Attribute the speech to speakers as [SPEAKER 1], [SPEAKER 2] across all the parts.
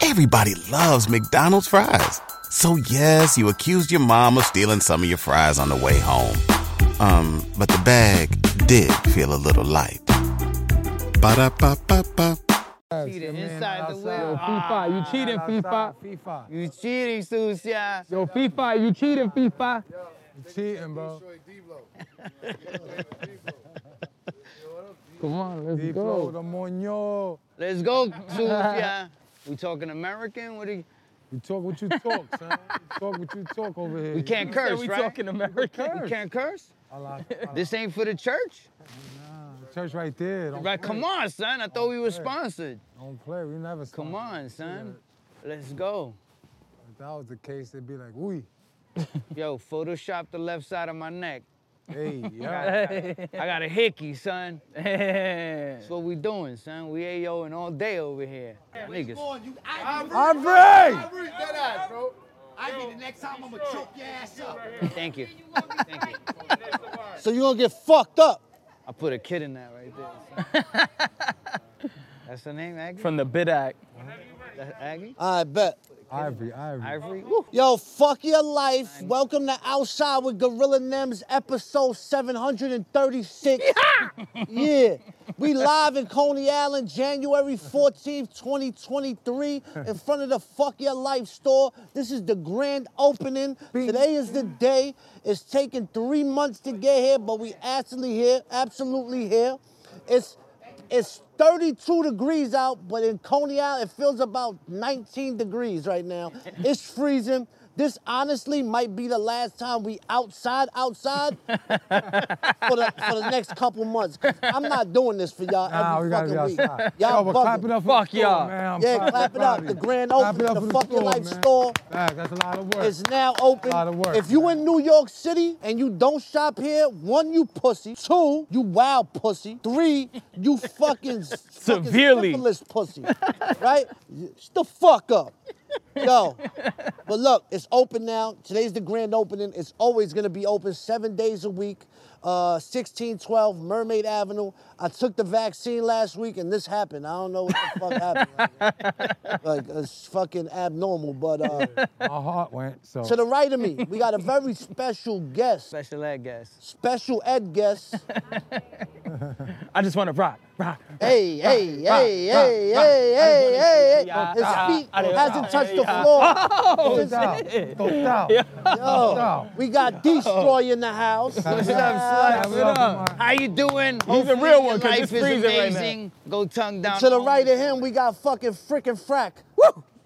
[SPEAKER 1] Everybody loves McDonald's fries. So yes, you accused your mom of stealing some of your fries on the way home. Um, but the bag did feel a little light. Ba-da-ba-ba-ba.
[SPEAKER 2] Cheating
[SPEAKER 3] man
[SPEAKER 2] inside the
[SPEAKER 3] outside.
[SPEAKER 2] wheel.
[SPEAKER 4] FIFA, you cheating, FIFA.
[SPEAKER 3] FIFA.
[SPEAKER 2] You cheating, Sucia.
[SPEAKER 4] Yo, FIFA, you cheating, FIFA.
[SPEAKER 3] You cheating, bro.
[SPEAKER 4] Come on, let's
[SPEAKER 3] D-Flow,
[SPEAKER 4] go.
[SPEAKER 3] the Moño.
[SPEAKER 2] Let's go, Sucia. we talking American? What do you,
[SPEAKER 3] You talk what you talk, son. You talk what you talk over here.
[SPEAKER 2] we can't curse,
[SPEAKER 4] we
[SPEAKER 2] right?
[SPEAKER 4] talking American.
[SPEAKER 2] We can't curse.
[SPEAKER 3] I like, I like
[SPEAKER 2] This ain't for the church.
[SPEAKER 3] the church right there. Don't
[SPEAKER 2] Right?
[SPEAKER 3] play.
[SPEAKER 2] Come on, son. I thought we were sponsored.
[SPEAKER 3] Don't play. We never. stop.
[SPEAKER 2] Come on, son. Let's go.
[SPEAKER 3] If that was the case, they'd be like, "Ooh,
[SPEAKER 2] Yo, Photoshop the left side of my neck.
[SPEAKER 3] hey, yeah."
[SPEAKER 2] I got a hickey, son. That's what we doing, son. We AO and all day over here. Niggas.
[SPEAKER 3] Andre!
[SPEAKER 2] Thank you. Thank you.
[SPEAKER 5] So you're gonna get fucked up.
[SPEAKER 2] I put a kid in that right there. son. That's the name, Aggie?
[SPEAKER 4] From the bid act.
[SPEAKER 2] That's Aggie?
[SPEAKER 5] I bet.
[SPEAKER 3] Ivory, Ivory.
[SPEAKER 2] Ivory? Woo.
[SPEAKER 5] Yo, fuck your life. Welcome to Outside with Gorilla Nims, episode 736. yeah. We live in Coney Island, January 14th, 2023, in front of the Fuck Your Life store. This is the grand opening. Today is the day. It's taken three months to get here, but we actually here, absolutely here. It's it's 32 degrees out, but in Coney Island, it feels about 19 degrees right now. It's freezing. This honestly might be the last time we outside, outside for, the, for the next couple months. 'cause I'm not doing this for y'all
[SPEAKER 3] Nah,
[SPEAKER 5] every
[SPEAKER 3] we gotta be
[SPEAKER 5] fucking
[SPEAKER 3] outside. Oh,
[SPEAKER 5] week. Y'all
[SPEAKER 3] Yo, but
[SPEAKER 5] bugging.
[SPEAKER 3] clap it up for
[SPEAKER 4] Fuck
[SPEAKER 3] the store,
[SPEAKER 4] y'all.
[SPEAKER 3] man. I'm
[SPEAKER 5] Yeah,
[SPEAKER 3] proud-
[SPEAKER 5] clap it
[SPEAKER 3] proud
[SPEAKER 5] up.
[SPEAKER 3] of
[SPEAKER 5] The
[SPEAKER 3] you.
[SPEAKER 5] grand
[SPEAKER 3] Clap it
[SPEAKER 5] opening
[SPEAKER 3] up
[SPEAKER 5] of
[SPEAKER 3] for
[SPEAKER 5] the Fuck Your
[SPEAKER 3] store,
[SPEAKER 5] Life
[SPEAKER 3] man.
[SPEAKER 5] store.
[SPEAKER 3] Facts, That's a lot of work.
[SPEAKER 5] It's now open.
[SPEAKER 3] A lot of work.
[SPEAKER 5] If you in New York City and you don't shop here, one, you pussy. Two, you wild pussy. Three, you fucking fucking
[SPEAKER 4] Severely.
[SPEAKER 5] syphilis pussy. Right? Shut the fuck up. Yo. But look, it's open now. Today's the grand opening. It's always gonna be open seven days a week. Uh, 1612 Mermaid Avenue. I took the vaccine last week and this happened. I don't know what the fuck happened. Like, it's fucking abnormal, but uh,
[SPEAKER 3] My heart went, so.
[SPEAKER 5] to the right of me, we got a very special guest,
[SPEAKER 2] Special ed guest.
[SPEAKER 5] special Ed guest.
[SPEAKER 4] I just want to rock, rock.
[SPEAKER 5] Hey, hey, hey, hey,
[SPEAKER 4] rah,
[SPEAKER 5] hey,
[SPEAKER 4] rah.
[SPEAKER 5] hey, hey,
[SPEAKER 4] Yeah,
[SPEAKER 5] His
[SPEAKER 4] yeah,
[SPEAKER 5] feet
[SPEAKER 4] yeah,
[SPEAKER 5] hasn't touched the
[SPEAKER 4] yeah.
[SPEAKER 5] floor.
[SPEAKER 3] Go
[SPEAKER 5] Since-
[SPEAKER 3] down. Go down.
[SPEAKER 5] Yo,
[SPEAKER 3] down.
[SPEAKER 5] we got Destroy in the house.
[SPEAKER 3] Clap it
[SPEAKER 4] Slap
[SPEAKER 3] Clap it up,
[SPEAKER 4] up.
[SPEAKER 3] come on.
[SPEAKER 2] How you doing?
[SPEAKER 4] He's a
[SPEAKER 2] Hopefully
[SPEAKER 4] real one,
[SPEAKER 2] your
[SPEAKER 4] 'cause
[SPEAKER 2] life
[SPEAKER 4] it's
[SPEAKER 2] is
[SPEAKER 4] freezing right now.
[SPEAKER 2] amazing. Go tongue down.
[SPEAKER 5] To the
[SPEAKER 2] home.
[SPEAKER 5] right of him, we got fucking frickin' frack.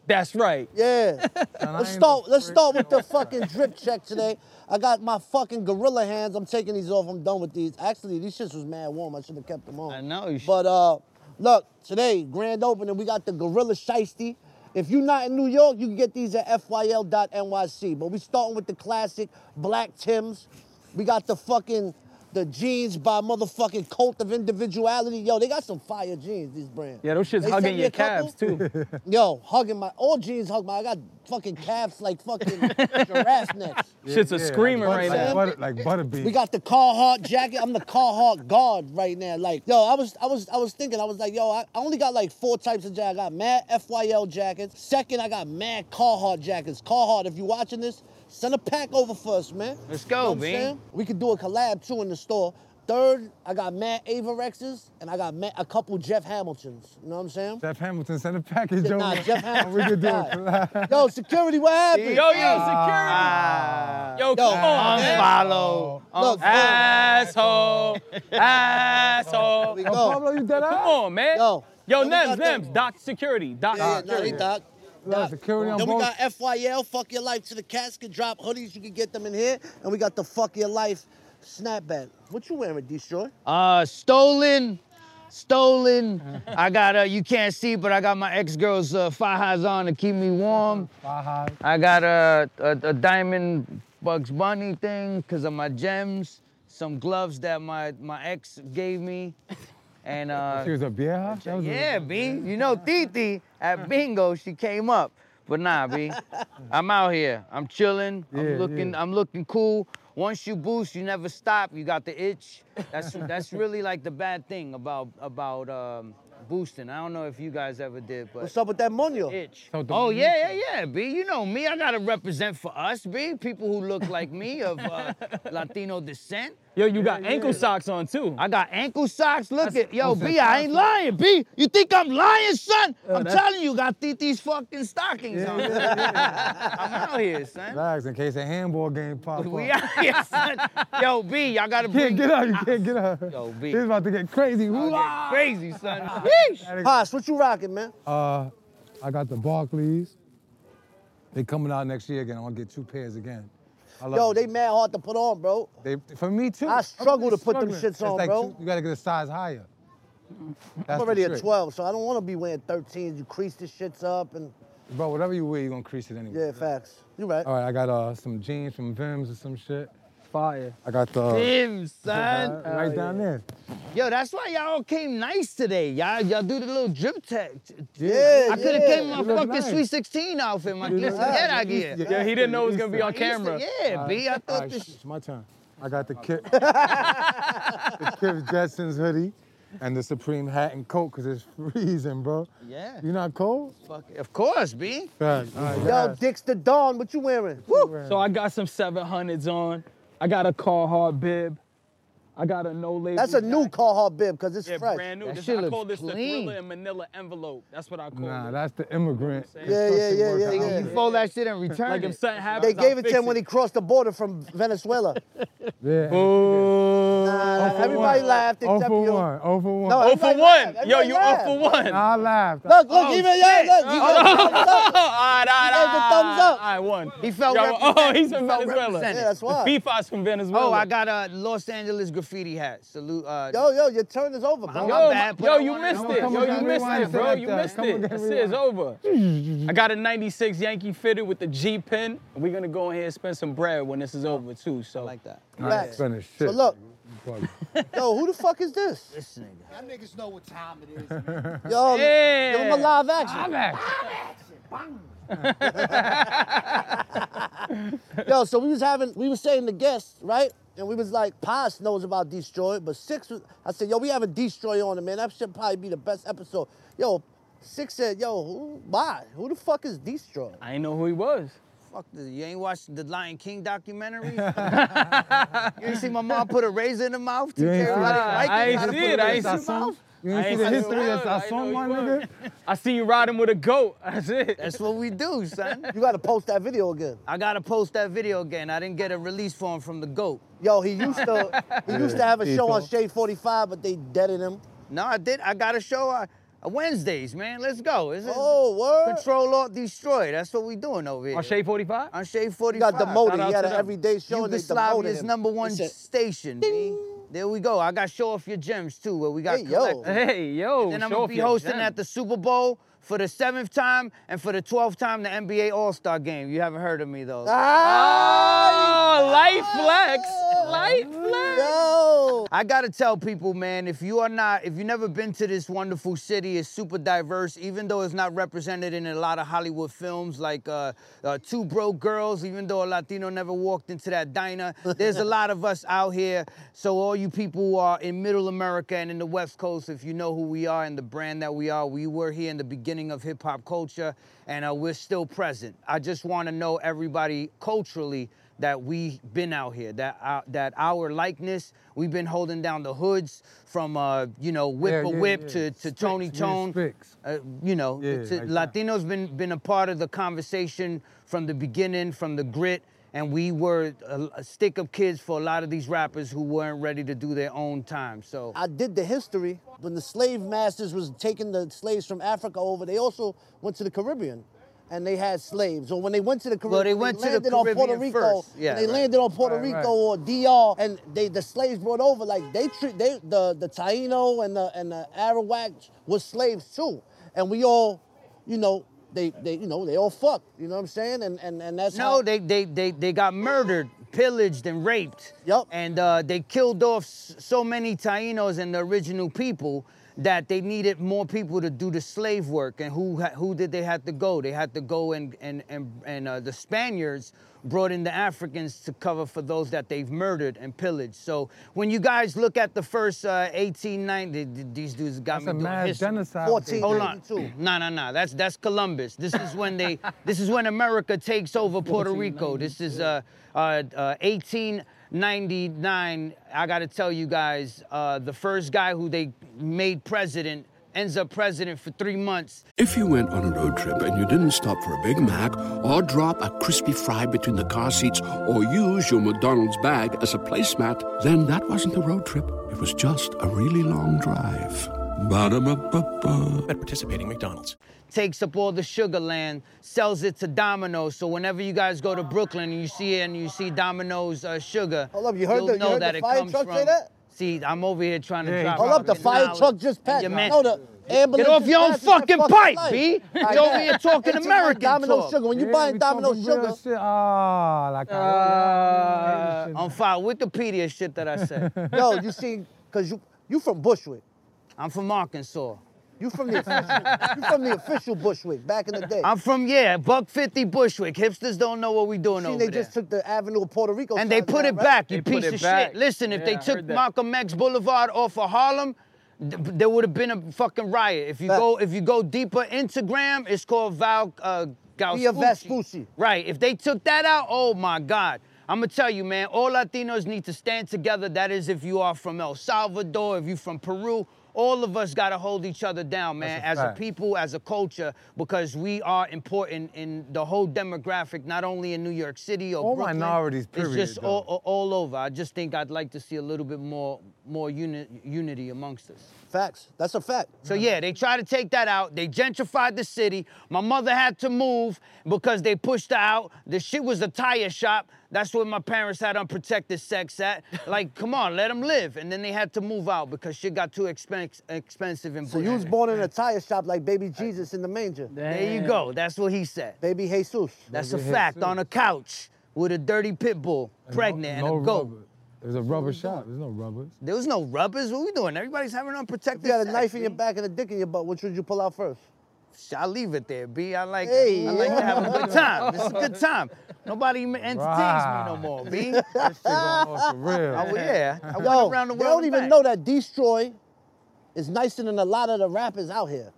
[SPEAKER 4] That's right.
[SPEAKER 5] Yeah.
[SPEAKER 3] Son, I
[SPEAKER 5] Let's
[SPEAKER 3] ain't
[SPEAKER 5] start.
[SPEAKER 3] no
[SPEAKER 5] Let's
[SPEAKER 3] freak.
[SPEAKER 5] start with the fucking drip check today. I got my fucking gorilla hands. I'm taking these off. I'm done with these. Actually, these shits was mad warm. I should have kept them on.
[SPEAKER 2] I know, you should.
[SPEAKER 5] But uh, look, today grand opening. We got the gorilla shiesty. If you're not in New York, you can get these at fyl.nyc. But we starting with the classic black Tims. We got the fucking the jeans by motherfucking Cult of Individuality. Yo, they got some fire jeans. These brands.
[SPEAKER 4] Yeah, those shits
[SPEAKER 5] They sent
[SPEAKER 4] hugging
[SPEAKER 5] me
[SPEAKER 4] your
[SPEAKER 5] a couple.
[SPEAKER 4] calves too.
[SPEAKER 5] Yo, hugging my all jeans hug my I got fucking calves like fucking giraffe necks.
[SPEAKER 4] Shit's a
[SPEAKER 3] Yeah,
[SPEAKER 4] screaming
[SPEAKER 3] like
[SPEAKER 4] right
[SPEAKER 3] butter-
[SPEAKER 4] now.
[SPEAKER 3] Like butter, like butterbean.
[SPEAKER 5] We got the Carhartt jacket. I'm the Carhartt guard right now. Like, yo, I was, I was, I was thinking. I was like, yo, I, I only got like four types of jackets. I got mad FYL jackets. Second, I got mad Carhartt jackets. Carhartt, if you watching this, send a pack over for us, man.
[SPEAKER 2] Let's
[SPEAKER 5] You know
[SPEAKER 2] go,
[SPEAKER 5] what I'm
[SPEAKER 2] B.
[SPEAKER 5] saying? We could do a collab too in the store. Third, I got mad Avarexes and I got mad, a couple Jeff Hamiltons. You know what I'm saying?
[SPEAKER 3] Jeff Hamilton sent a package over.
[SPEAKER 5] Nah, Jeff Hamilton.
[SPEAKER 3] we could do
[SPEAKER 5] died.
[SPEAKER 3] it. collab.
[SPEAKER 5] Yo, security, what happened?
[SPEAKER 4] Yo, yo, security.
[SPEAKER 2] Ah.
[SPEAKER 4] Yo, come on, man.
[SPEAKER 2] Unfollow.
[SPEAKER 5] Look,
[SPEAKER 4] Ah. Asshole. Asshole.
[SPEAKER 5] we
[SPEAKER 3] Yo,
[SPEAKER 5] go.
[SPEAKER 3] Pablo, you dead
[SPEAKER 4] Come
[SPEAKER 3] ass?
[SPEAKER 4] on, man.
[SPEAKER 5] Yo.
[SPEAKER 4] Yo,
[SPEAKER 5] Then we
[SPEAKER 4] Nems,
[SPEAKER 5] got them.
[SPEAKER 4] Nems, Doc Security, Doc
[SPEAKER 5] Yeah, yeah, no,
[SPEAKER 4] Security.
[SPEAKER 5] they doc.
[SPEAKER 3] Look,
[SPEAKER 5] doc.
[SPEAKER 3] security on
[SPEAKER 5] then we
[SPEAKER 3] both.
[SPEAKER 5] got FYL, Fuck Your Life to the casket drop hoodies. You can get them in here. And we got the Fuck Your Life snapback. What you wearing, Destroy?
[SPEAKER 2] Uh, stolen, stolen. I got uh, you can't see, but I got my ex girl's uh, fajas on to keep me warm.
[SPEAKER 3] Baja.
[SPEAKER 2] I got a, a, a diamond Bugs Bunny thing because of my gems, some gloves that my, my ex gave me, and uh,
[SPEAKER 3] She was a vieja? That was a-
[SPEAKER 2] yeah, B. You know, Titi at bingo, she came up. But nah, B. I'm out here. I'm chilling.
[SPEAKER 3] Yeah,
[SPEAKER 2] I'm looking.
[SPEAKER 3] yeah.
[SPEAKER 2] I'm looking cool. Once you boost, you never stop. You got the itch. That's that's really like the bad thing about about um, boosting. I don't know if you guys ever did, but
[SPEAKER 5] What's up with that Muno?
[SPEAKER 2] itch.
[SPEAKER 3] So the
[SPEAKER 2] oh yeah, yeah, yeah, B. You know me. I gotta represent for us, B. People who look like me of uh, Latino descent.
[SPEAKER 4] Yo, you got ankle socks on too.
[SPEAKER 2] I got ankle socks. Look at yo, B. I ain't lying, B. You think I'm lying, son? I'm
[SPEAKER 4] that's-
[SPEAKER 2] telling you, got these fucking stockings on. I'm out here, son.
[SPEAKER 3] Relax in case a handball game pop up.
[SPEAKER 2] We out here, son. Yo, B. Y'all gotta bring.
[SPEAKER 3] can't get up. You can't get up.
[SPEAKER 2] Yo, B.
[SPEAKER 3] This is about to get crazy.
[SPEAKER 2] I'll get
[SPEAKER 3] Hoo-ah!
[SPEAKER 2] Crazy, son. Yeesh.
[SPEAKER 5] Posh, what you rocking, man?
[SPEAKER 3] Uh, I got the Barclays. They coming out next year again. I'm gonna get two pairs again. I love
[SPEAKER 5] Yo,
[SPEAKER 3] it.
[SPEAKER 5] they mad hard to put on, bro.
[SPEAKER 3] They, for me too.
[SPEAKER 5] I struggle to put them
[SPEAKER 3] Struggling.
[SPEAKER 5] shits
[SPEAKER 3] It's
[SPEAKER 5] on,
[SPEAKER 3] like
[SPEAKER 5] bro.
[SPEAKER 3] two- you gotta get a size higher. That's
[SPEAKER 5] I'm
[SPEAKER 3] the
[SPEAKER 5] already at
[SPEAKER 3] trick.
[SPEAKER 5] 12, so I don't want to be wearing 13s. You crease the shits up and
[SPEAKER 3] Bro, whatever you wear, you gonna crease it anyway.
[SPEAKER 5] yeah, facts. You right.
[SPEAKER 3] All right, I got uh some jeans from Vims or some shit.
[SPEAKER 4] Fire.
[SPEAKER 3] I got the
[SPEAKER 2] Damn, son.
[SPEAKER 3] uh, right down there.
[SPEAKER 2] Yo, that's why y'all came nice today. Y'all, y'all do the little drip tech.
[SPEAKER 5] Yeah,
[SPEAKER 2] I could have
[SPEAKER 5] yeah.
[SPEAKER 2] came in my
[SPEAKER 3] You look
[SPEAKER 2] fucking
[SPEAKER 3] nice.
[SPEAKER 2] Sweet 16 outfit, my
[SPEAKER 3] look
[SPEAKER 2] head I
[SPEAKER 3] nice. You
[SPEAKER 2] get.
[SPEAKER 3] Easter-
[SPEAKER 4] Yeah, he didn't know it was gonna be on
[SPEAKER 2] Easter-
[SPEAKER 4] camera.
[SPEAKER 2] Yeah,
[SPEAKER 3] uh,
[SPEAKER 2] B. I
[SPEAKER 3] All
[SPEAKER 2] thought
[SPEAKER 3] right,
[SPEAKER 2] this.
[SPEAKER 3] it's my turn. I got the Kip, the Kip Jetsons hoodie, and the Supreme hat and coat because it's freezing, bro.
[SPEAKER 2] Yeah.
[SPEAKER 3] You not cold?
[SPEAKER 2] Fuck, of course, B.
[SPEAKER 3] Facts. All right,
[SPEAKER 5] Yo,
[SPEAKER 3] guys.
[SPEAKER 5] Dicks the Dawn, what you wearing?
[SPEAKER 4] So I got some 700s on. I got a Carhartt bib. I got a no label.
[SPEAKER 5] That's a new
[SPEAKER 4] jacket.
[SPEAKER 5] Carhartt bib, cause it's
[SPEAKER 4] Yeah,
[SPEAKER 5] fresh.
[SPEAKER 4] brand new.
[SPEAKER 2] That
[SPEAKER 4] This-
[SPEAKER 2] shit
[SPEAKER 4] I call
[SPEAKER 2] looks
[SPEAKER 4] this
[SPEAKER 2] clean.
[SPEAKER 4] the Thriller and Manila envelope. That's what I call
[SPEAKER 3] Nah,
[SPEAKER 4] it.
[SPEAKER 3] that's the immigrant.
[SPEAKER 5] Yeah, yeah, yeah, yeah,
[SPEAKER 3] construction worker
[SPEAKER 5] yeah.
[SPEAKER 2] You fold that shit and return
[SPEAKER 4] like if
[SPEAKER 2] it.
[SPEAKER 4] something happens,
[SPEAKER 5] They
[SPEAKER 4] I'll
[SPEAKER 5] gave it to
[SPEAKER 4] fix
[SPEAKER 5] him when he crossed the border from Venezuela.
[SPEAKER 3] outfit. Yeah.
[SPEAKER 5] Nah, everybody laughed
[SPEAKER 3] Oh
[SPEAKER 5] except
[SPEAKER 3] for
[SPEAKER 5] you.
[SPEAKER 3] one. Oh for one.
[SPEAKER 5] No,
[SPEAKER 4] Oh for
[SPEAKER 5] Everybody
[SPEAKER 4] one.
[SPEAKER 5] laugh,
[SPEAKER 4] Yo,
[SPEAKER 5] everybody
[SPEAKER 4] you oh for
[SPEAKER 5] laugh.
[SPEAKER 4] one. Oh.
[SPEAKER 3] I laughed.
[SPEAKER 5] Look, look, even yeah, look. You got the thumbs up.
[SPEAKER 4] all right, all
[SPEAKER 5] gave the thumbs up.
[SPEAKER 4] I won.
[SPEAKER 2] He felt
[SPEAKER 4] Yo, oh,
[SPEAKER 2] represented.
[SPEAKER 4] he's
[SPEAKER 2] He
[SPEAKER 4] from
[SPEAKER 2] felt
[SPEAKER 4] Venezuela.
[SPEAKER 2] represented.
[SPEAKER 5] Yeah, that's why.
[SPEAKER 4] The FIFA's from Venezuela.
[SPEAKER 2] Oh, I got a Los Angeles graffiti hat. Salute. Uh,
[SPEAKER 5] Yo, yo, your turn is over, bro.
[SPEAKER 2] I'm
[SPEAKER 4] Yo,
[SPEAKER 2] bad, but
[SPEAKER 4] yo,
[SPEAKER 2] I
[SPEAKER 4] you
[SPEAKER 2] wanna-
[SPEAKER 4] missed
[SPEAKER 2] Come
[SPEAKER 3] on,
[SPEAKER 4] it.
[SPEAKER 3] come
[SPEAKER 4] Yo,
[SPEAKER 3] on,
[SPEAKER 4] you
[SPEAKER 3] gotta
[SPEAKER 4] missed
[SPEAKER 3] rewind
[SPEAKER 4] it,
[SPEAKER 3] it
[SPEAKER 4] bro.
[SPEAKER 3] like
[SPEAKER 4] You
[SPEAKER 3] that.
[SPEAKER 4] missed
[SPEAKER 3] Come on,
[SPEAKER 4] it.
[SPEAKER 3] gotta
[SPEAKER 4] This is
[SPEAKER 3] rewind.
[SPEAKER 4] over. I got a 96 Yankee fitted with the G pin. and We're gonna go in here and spend some bread when this is over too. So
[SPEAKER 2] I like that.
[SPEAKER 5] Relax.
[SPEAKER 3] Spanish
[SPEAKER 5] So
[SPEAKER 3] shit.
[SPEAKER 5] look,
[SPEAKER 3] Fuck.
[SPEAKER 5] yo, who the fuck is this?
[SPEAKER 2] This nigga.
[SPEAKER 6] Y'all niggas know what time it is.
[SPEAKER 5] Yo,
[SPEAKER 4] Yeah.
[SPEAKER 5] give him a live action. Yo, so we was having, we was saying the guests, right? And we was like, Paz knows about Destroy, but Six was, I said, yo, we have a Destroy on it, man. That should probably be the best episode. Yo, Six said, yo, who, why? Who the fuck is Destroy?
[SPEAKER 4] I didn't know who he was.
[SPEAKER 2] Fuck this. You ain't watched the Lion King documentary? you ain't see my mom put a razor in the mouth to
[SPEAKER 3] You ain't
[SPEAKER 2] get
[SPEAKER 3] seen
[SPEAKER 2] everybody
[SPEAKER 3] it.
[SPEAKER 2] like
[SPEAKER 4] I
[SPEAKER 2] it?
[SPEAKER 4] ain't
[SPEAKER 2] Gotta
[SPEAKER 4] see
[SPEAKER 2] put a
[SPEAKER 4] it. I ain't
[SPEAKER 2] razor in
[SPEAKER 4] see-
[SPEAKER 2] the mouth?
[SPEAKER 3] You
[SPEAKER 4] I
[SPEAKER 3] ain't see
[SPEAKER 4] ain't
[SPEAKER 3] the
[SPEAKER 4] see
[SPEAKER 3] history
[SPEAKER 4] it.
[SPEAKER 3] of
[SPEAKER 4] I know
[SPEAKER 3] Sasson,
[SPEAKER 4] you
[SPEAKER 3] my
[SPEAKER 4] was.
[SPEAKER 3] nigga?
[SPEAKER 4] I see you riding with a goat. That's it.
[SPEAKER 2] That's what we do, son.
[SPEAKER 5] You gotta post that video again.
[SPEAKER 2] I gotta post that video again. I didn't get a release form from the GOAT.
[SPEAKER 5] Yo, he used to, he used to have a show on
[SPEAKER 3] Tito.
[SPEAKER 5] Shade 45, but they deaded him.
[SPEAKER 2] No, I did. I got a show on on Wednesdays, man. Let's go. This is
[SPEAKER 5] Oh, word.
[SPEAKER 2] Control or destroy. That's what we doing over here.
[SPEAKER 4] On Shade 45?
[SPEAKER 2] On Shade
[SPEAKER 5] He
[SPEAKER 2] 45.
[SPEAKER 5] got demoted.
[SPEAKER 4] Shout out
[SPEAKER 5] He had
[SPEAKER 4] to
[SPEAKER 5] an
[SPEAKER 4] them.
[SPEAKER 5] everyday show and they demoted
[SPEAKER 2] Yugoslavia's
[SPEAKER 5] him.
[SPEAKER 2] number one
[SPEAKER 5] He said,
[SPEAKER 2] station. B. There we go. I got show off your gems too, where we got
[SPEAKER 5] Hey, yo.
[SPEAKER 2] collected.
[SPEAKER 4] Hey, yo.
[SPEAKER 2] Then I'm
[SPEAKER 4] show
[SPEAKER 2] gonna
[SPEAKER 4] off
[SPEAKER 2] be
[SPEAKER 4] your
[SPEAKER 2] hosting
[SPEAKER 4] gem.
[SPEAKER 2] at the Super Bowl for the seventh time and for the twelfth time the NBA All Star Game. You haven't heard of me though.
[SPEAKER 5] Ah.
[SPEAKER 4] Oh, light flex. Light flex.
[SPEAKER 5] Yo!
[SPEAKER 2] I gotta tell people, man, if you are not, if you never been to this wonderful city, it's super diverse. Even though it's not represented in a lot of Hollywood films, like uh, uh, Two Broke Girls. Even though a Latino never walked into that diner, there's a lot of us out here. So all you people who are in Middle America and in the West Coast, if you know who we are and the brand that we are, we were here in the beginning of hip hop culture, and uh, we're still present. I just want to know everybody culturally that we been out here, that our, that our likeness, we've been holding down the hoods from uh, you know whip
[SPEAKER 3] Yeah,
[SPEAKER 2] a
[SPEAKER 3] yeah,
[SPEAKER 2] whip
[SPEAKER 3] yeah.
[SPEAKER 2] to, to
[SPEAKER 3] Sticks,
[SPEAKER 2] Tony
[SPEAKER 3] we the
[SPEAKER 2] Tone,
[SPEAKER 3] sticks.
[SPEAKER 2] uh, you know,
[SPEAKER 3] Yeah,
[SPEAKER 2] to-
[SPEAKER 3] like that.
[SPEAKER 2] Latinos been been a part of the conversation from the beginning, from the grit, and we were a, a stick up kids for a lot of these rappers who weren't ready to do their own time. So
[SPEAKER 5] I did the history when the slave masters was taking the slaves from Africa over. They also went to the Caribbean, and they had slaves. Or when they went to the Caribbean,
[SPEAKER 2] they went to the
[SPEAKER 5] landed on Puerto
[SPEAKER 2] Caribbean
[SPEAKER 5] Rico.
[SPEAKER 2] first.
[SPEAKER 5] when
[SPEAKER 2] Yeah,
[SPEAKER 5] they
[SPEAKER 2] right.
[SPEAKER 5] landed on Puerto
[SPEAKER 3] Right,
[SPEAKER 5] Rico
[SPEAKER 3] right.
[SPEAKER 5] or DR, and they the slaves brought over. Like they treat they the the Taino and the and the Arawak was slaves too, and we all, you know, they they you know they all fucked. You know what I'm saying? And and and that's how.
[SPEAKER 2] No, they they they they got murdered, pillaged, and raped.
[SPEAKER 5] Yup.
[SPEAKER 2] And uh, they killed off s- so many Tainos and the original people
[SPEAKER 4] that they needed more people to do the slave work, and who ha- who did they have to go? They had to go and and and, and uh, the Spaniards brought in the Africans to cover for those that they've murdered and pillaged. So when you guys look at the first uh, 1890, these dudes
[SPEAKER 3] That's
[SPEAKER 4] got me
[SPEAKER 3] a
[SPEAKER 4] doing
[SPEAKER 3] mass
[SPEAKER 4] history.
[SPEAKER 3] genocide.
[SPEAKER 5] Fourteen.
[SPEAKER 4] Hold on.
[SPEAKER 5] 92.
[SPEAKER 4] No, no, no. That's that's Columbus. This is when they. this is when America takes over Puerto Rico. This is uh, uh, uh, 1899. I got to tell you guys, uh, the first guy who they made president ends up president for three months.
[SPEAKER 7] If you went on a road trip and you didn't stop for a Big Mac or drop a crispy fry between the car seats or use your McDonald's bag as a placemat, then that wasn't a road trip. It was just a really long drive. Ba-da-ba-ba-ba.
[SPEAKER 8] at participating McDonald's.
[SPEAKER 4] Takes up all the sugar land, sells it to Domino's. So whenever you guys go to Brooklyn and you see it and you see Domino's uh, sugar,
[SPEAKER 5] Hold up, Oh, you heard
[SPEAKER 4] you'll
[SPEAKER 5] the- you
[SPEAKER 4] know
[SPEAKER 5] heard the
[SPEAKER 4] that it
[SPEAKER 5] fire
[SPEAKER 4] comes
[SPEAKER 5] truck
[SPEAKER 4] from.
[SPEAKER 5] say that?
[SPEAKER 4] See, I'm over here trying to
[SPEAKER 3] Yeah, he
[SPEAKER 4] drop.
[SPEAKER 5] Hold up, the
[SPEAKER 4] fucking
[SPEAKER 5] fire
[SPEAKER 4] knowledge.
[SPEAKER 5] truck just
[SPEAKER 4] And
[SPEAKER 5] passed.
[SPEAKER 4] your man-
[SPEAKER 5] No, the ambulance
[SPEAKER 4] Get off
[SPEAKER 5] just
[SPEAKER 4] your own
[SPEAKER 5] passed. That's
[SPEAKER 4] fucking
[SPEAKER 5] fucking
[SPEAKER 4] pipe,
[SPEAKER 5] life.
[SPEAKER 4] B.
[SPEAKER 5] All
[SPEAKER 4] You're
[SPEAKER 5] right,
[SPEAKER 4] over
[SPEAKER 5] yeah.
[SPEAKER 4] here talking
[SPEAKER 5] It's
[SPEAKER 4] American
[SPEAKER 5] Domino
[SPEAKER 4] talk.
[SPEAKER 5] sugar. When you
[SPEAKER 3] Yeah,
[SPEAKER 5] buying
[SPEAKER 3] we
[SPEAKER 5] Domino
[SPEAKER 3] talking real
[SPEAKER 5] sugar,
[SPEAKER 3] Shit. Ah, like I
[SPEAKER 4] Uh, on file Wikipedia shit that I said.
[SPEAKER 5] yo, you see, cause you you from Bushwick.
[SPEAKER 4] I'm from Arkansas.
[SPEAKER 5] You from the official, you from the official Bushwick back in the day.
[SPEAKER 4] I'm from yeah, Buck 50 Bushwick. Hipsters don't know what we doing
[SPEAKER 5] See,
[SPEAKER 4] over
[SPEAKER 5] they
[SPEAKER 4] there.
[SPEAKER 5] just took the Avenue of Puerto Rico.
[SPEAKER 4] and they
[SPEAKER 5] signs
[SPEAKER 4] put
[SPEAKER 5] down,
[SPEAKER 4] it
[SPEAKER 5] right?
[SPEAKER 4] back, you
[SPEAKER 2] They put
[SPEAKER 4] piece
[SPEAKER 2] it
[SPEAKER 4] of
[SPEAKER 2] back.
[SPEAKER 4] shit. Listen, if
[SPEAKER 2] Yeah,
[SPEAKER 4] they
[SPEAKER 2] I
[SPEAKER 4] took
[SPEAKER 2] heard that.
[SPEAKER 4] Malcolm X Boulevard off of Harlem, th- there would have been a fucking riot. If you
[SPEAKER 5] Facts.
[SPEAKER 4] go, if you go deeper into Graham, it's called Val uh, Gauss.
[SPEAKER 5] Via Vespucci.
[SPEAKER 4] Right. If they took that out, oh my God. I'm gonna tell you, man, all Latinos need to stand together. That is if you are from El Salvador, if you're from Peru, all of us gotta hold each other down, man,
[SPEAKER 3] That's
[SPEAKER 4] as
[SPEAKER 3] a
[SPEAKER 4] a
[SPEAKER 3] fact.
[SPEAKER 4] people, as a culture, because we are important in the whole demographic, not only in New York City or
[SPEAKER 3] All
[SPEAKER 4] Brooklyn.
[SPEAKER 3] minorities,
[SPEAKER 4] It's
[SPEAKER 3] period,
[SPEAKER 4] just
[SPEAKER 3] though.
[SPEAKER 4] all, all over. I just think I'd like to see a little bit more more uni- unity amongst us.
[SPEAKER 5] Facts. That's a fact.
[SPEAKER 4] So yeah, they tried to take that out. They gentrified the city. My mother had to move because they pushed her out. The shit was a tire shop. That's where my parents had unprotected sex at. Like, come on, let them live. And then they had to move out because shit got too expen- expensive in
[SPEAKER 5] So you was born in a tire shop like baby Jesus in the manger.
[SPEAKER 4] There you go. That's what he said.
[SPEAKER 5] Baby Jesus.
[SPEAKER 4] That's a fact. On a couch with a dirty pit bull, pregnant, and a goat.
[SPEAKER 3] Rubber. It was a rubber shop. There's no rubbers.
[SPEAKER 4] There was no rubbers. What we doing? Everybody's having unprotected.
[SPEAKER 5] If you had a
[SPEAKER 4] sex,
[SPEAKER 5] knife in your
[SPEAKER 4] B.
[SPEAKER 5] back and a dick in your butt, which would you pull out first?
[SPEAKER 4] Sh- I leave it there, B. I like.
[SPEAKER 5] Hey.
[SPEAKER 4] I like to have a good time. This is a good time. Nobody m- entertains me no
[SPEAKER 3] Right.
[SPEAKER 4] more, B.
[SPEAKER 3] Shit going off the
[SPEAKER 4] I,
[SPEAKER 3] rail.
[SPEAKER 4] w- yeah, I
[SPEAKER 5] Yo,
[SPEAKER 4] went around the
[SPEAKER 5] they
[SPEAKER 4] world.
[SPEAKER 5] don't
[SPEAKER 4] and
[SPEAKER 5] even
[SPEAKER 4] back.
[SPEAKER 5] know that Destroy is nicer than a lot of the rappers out here.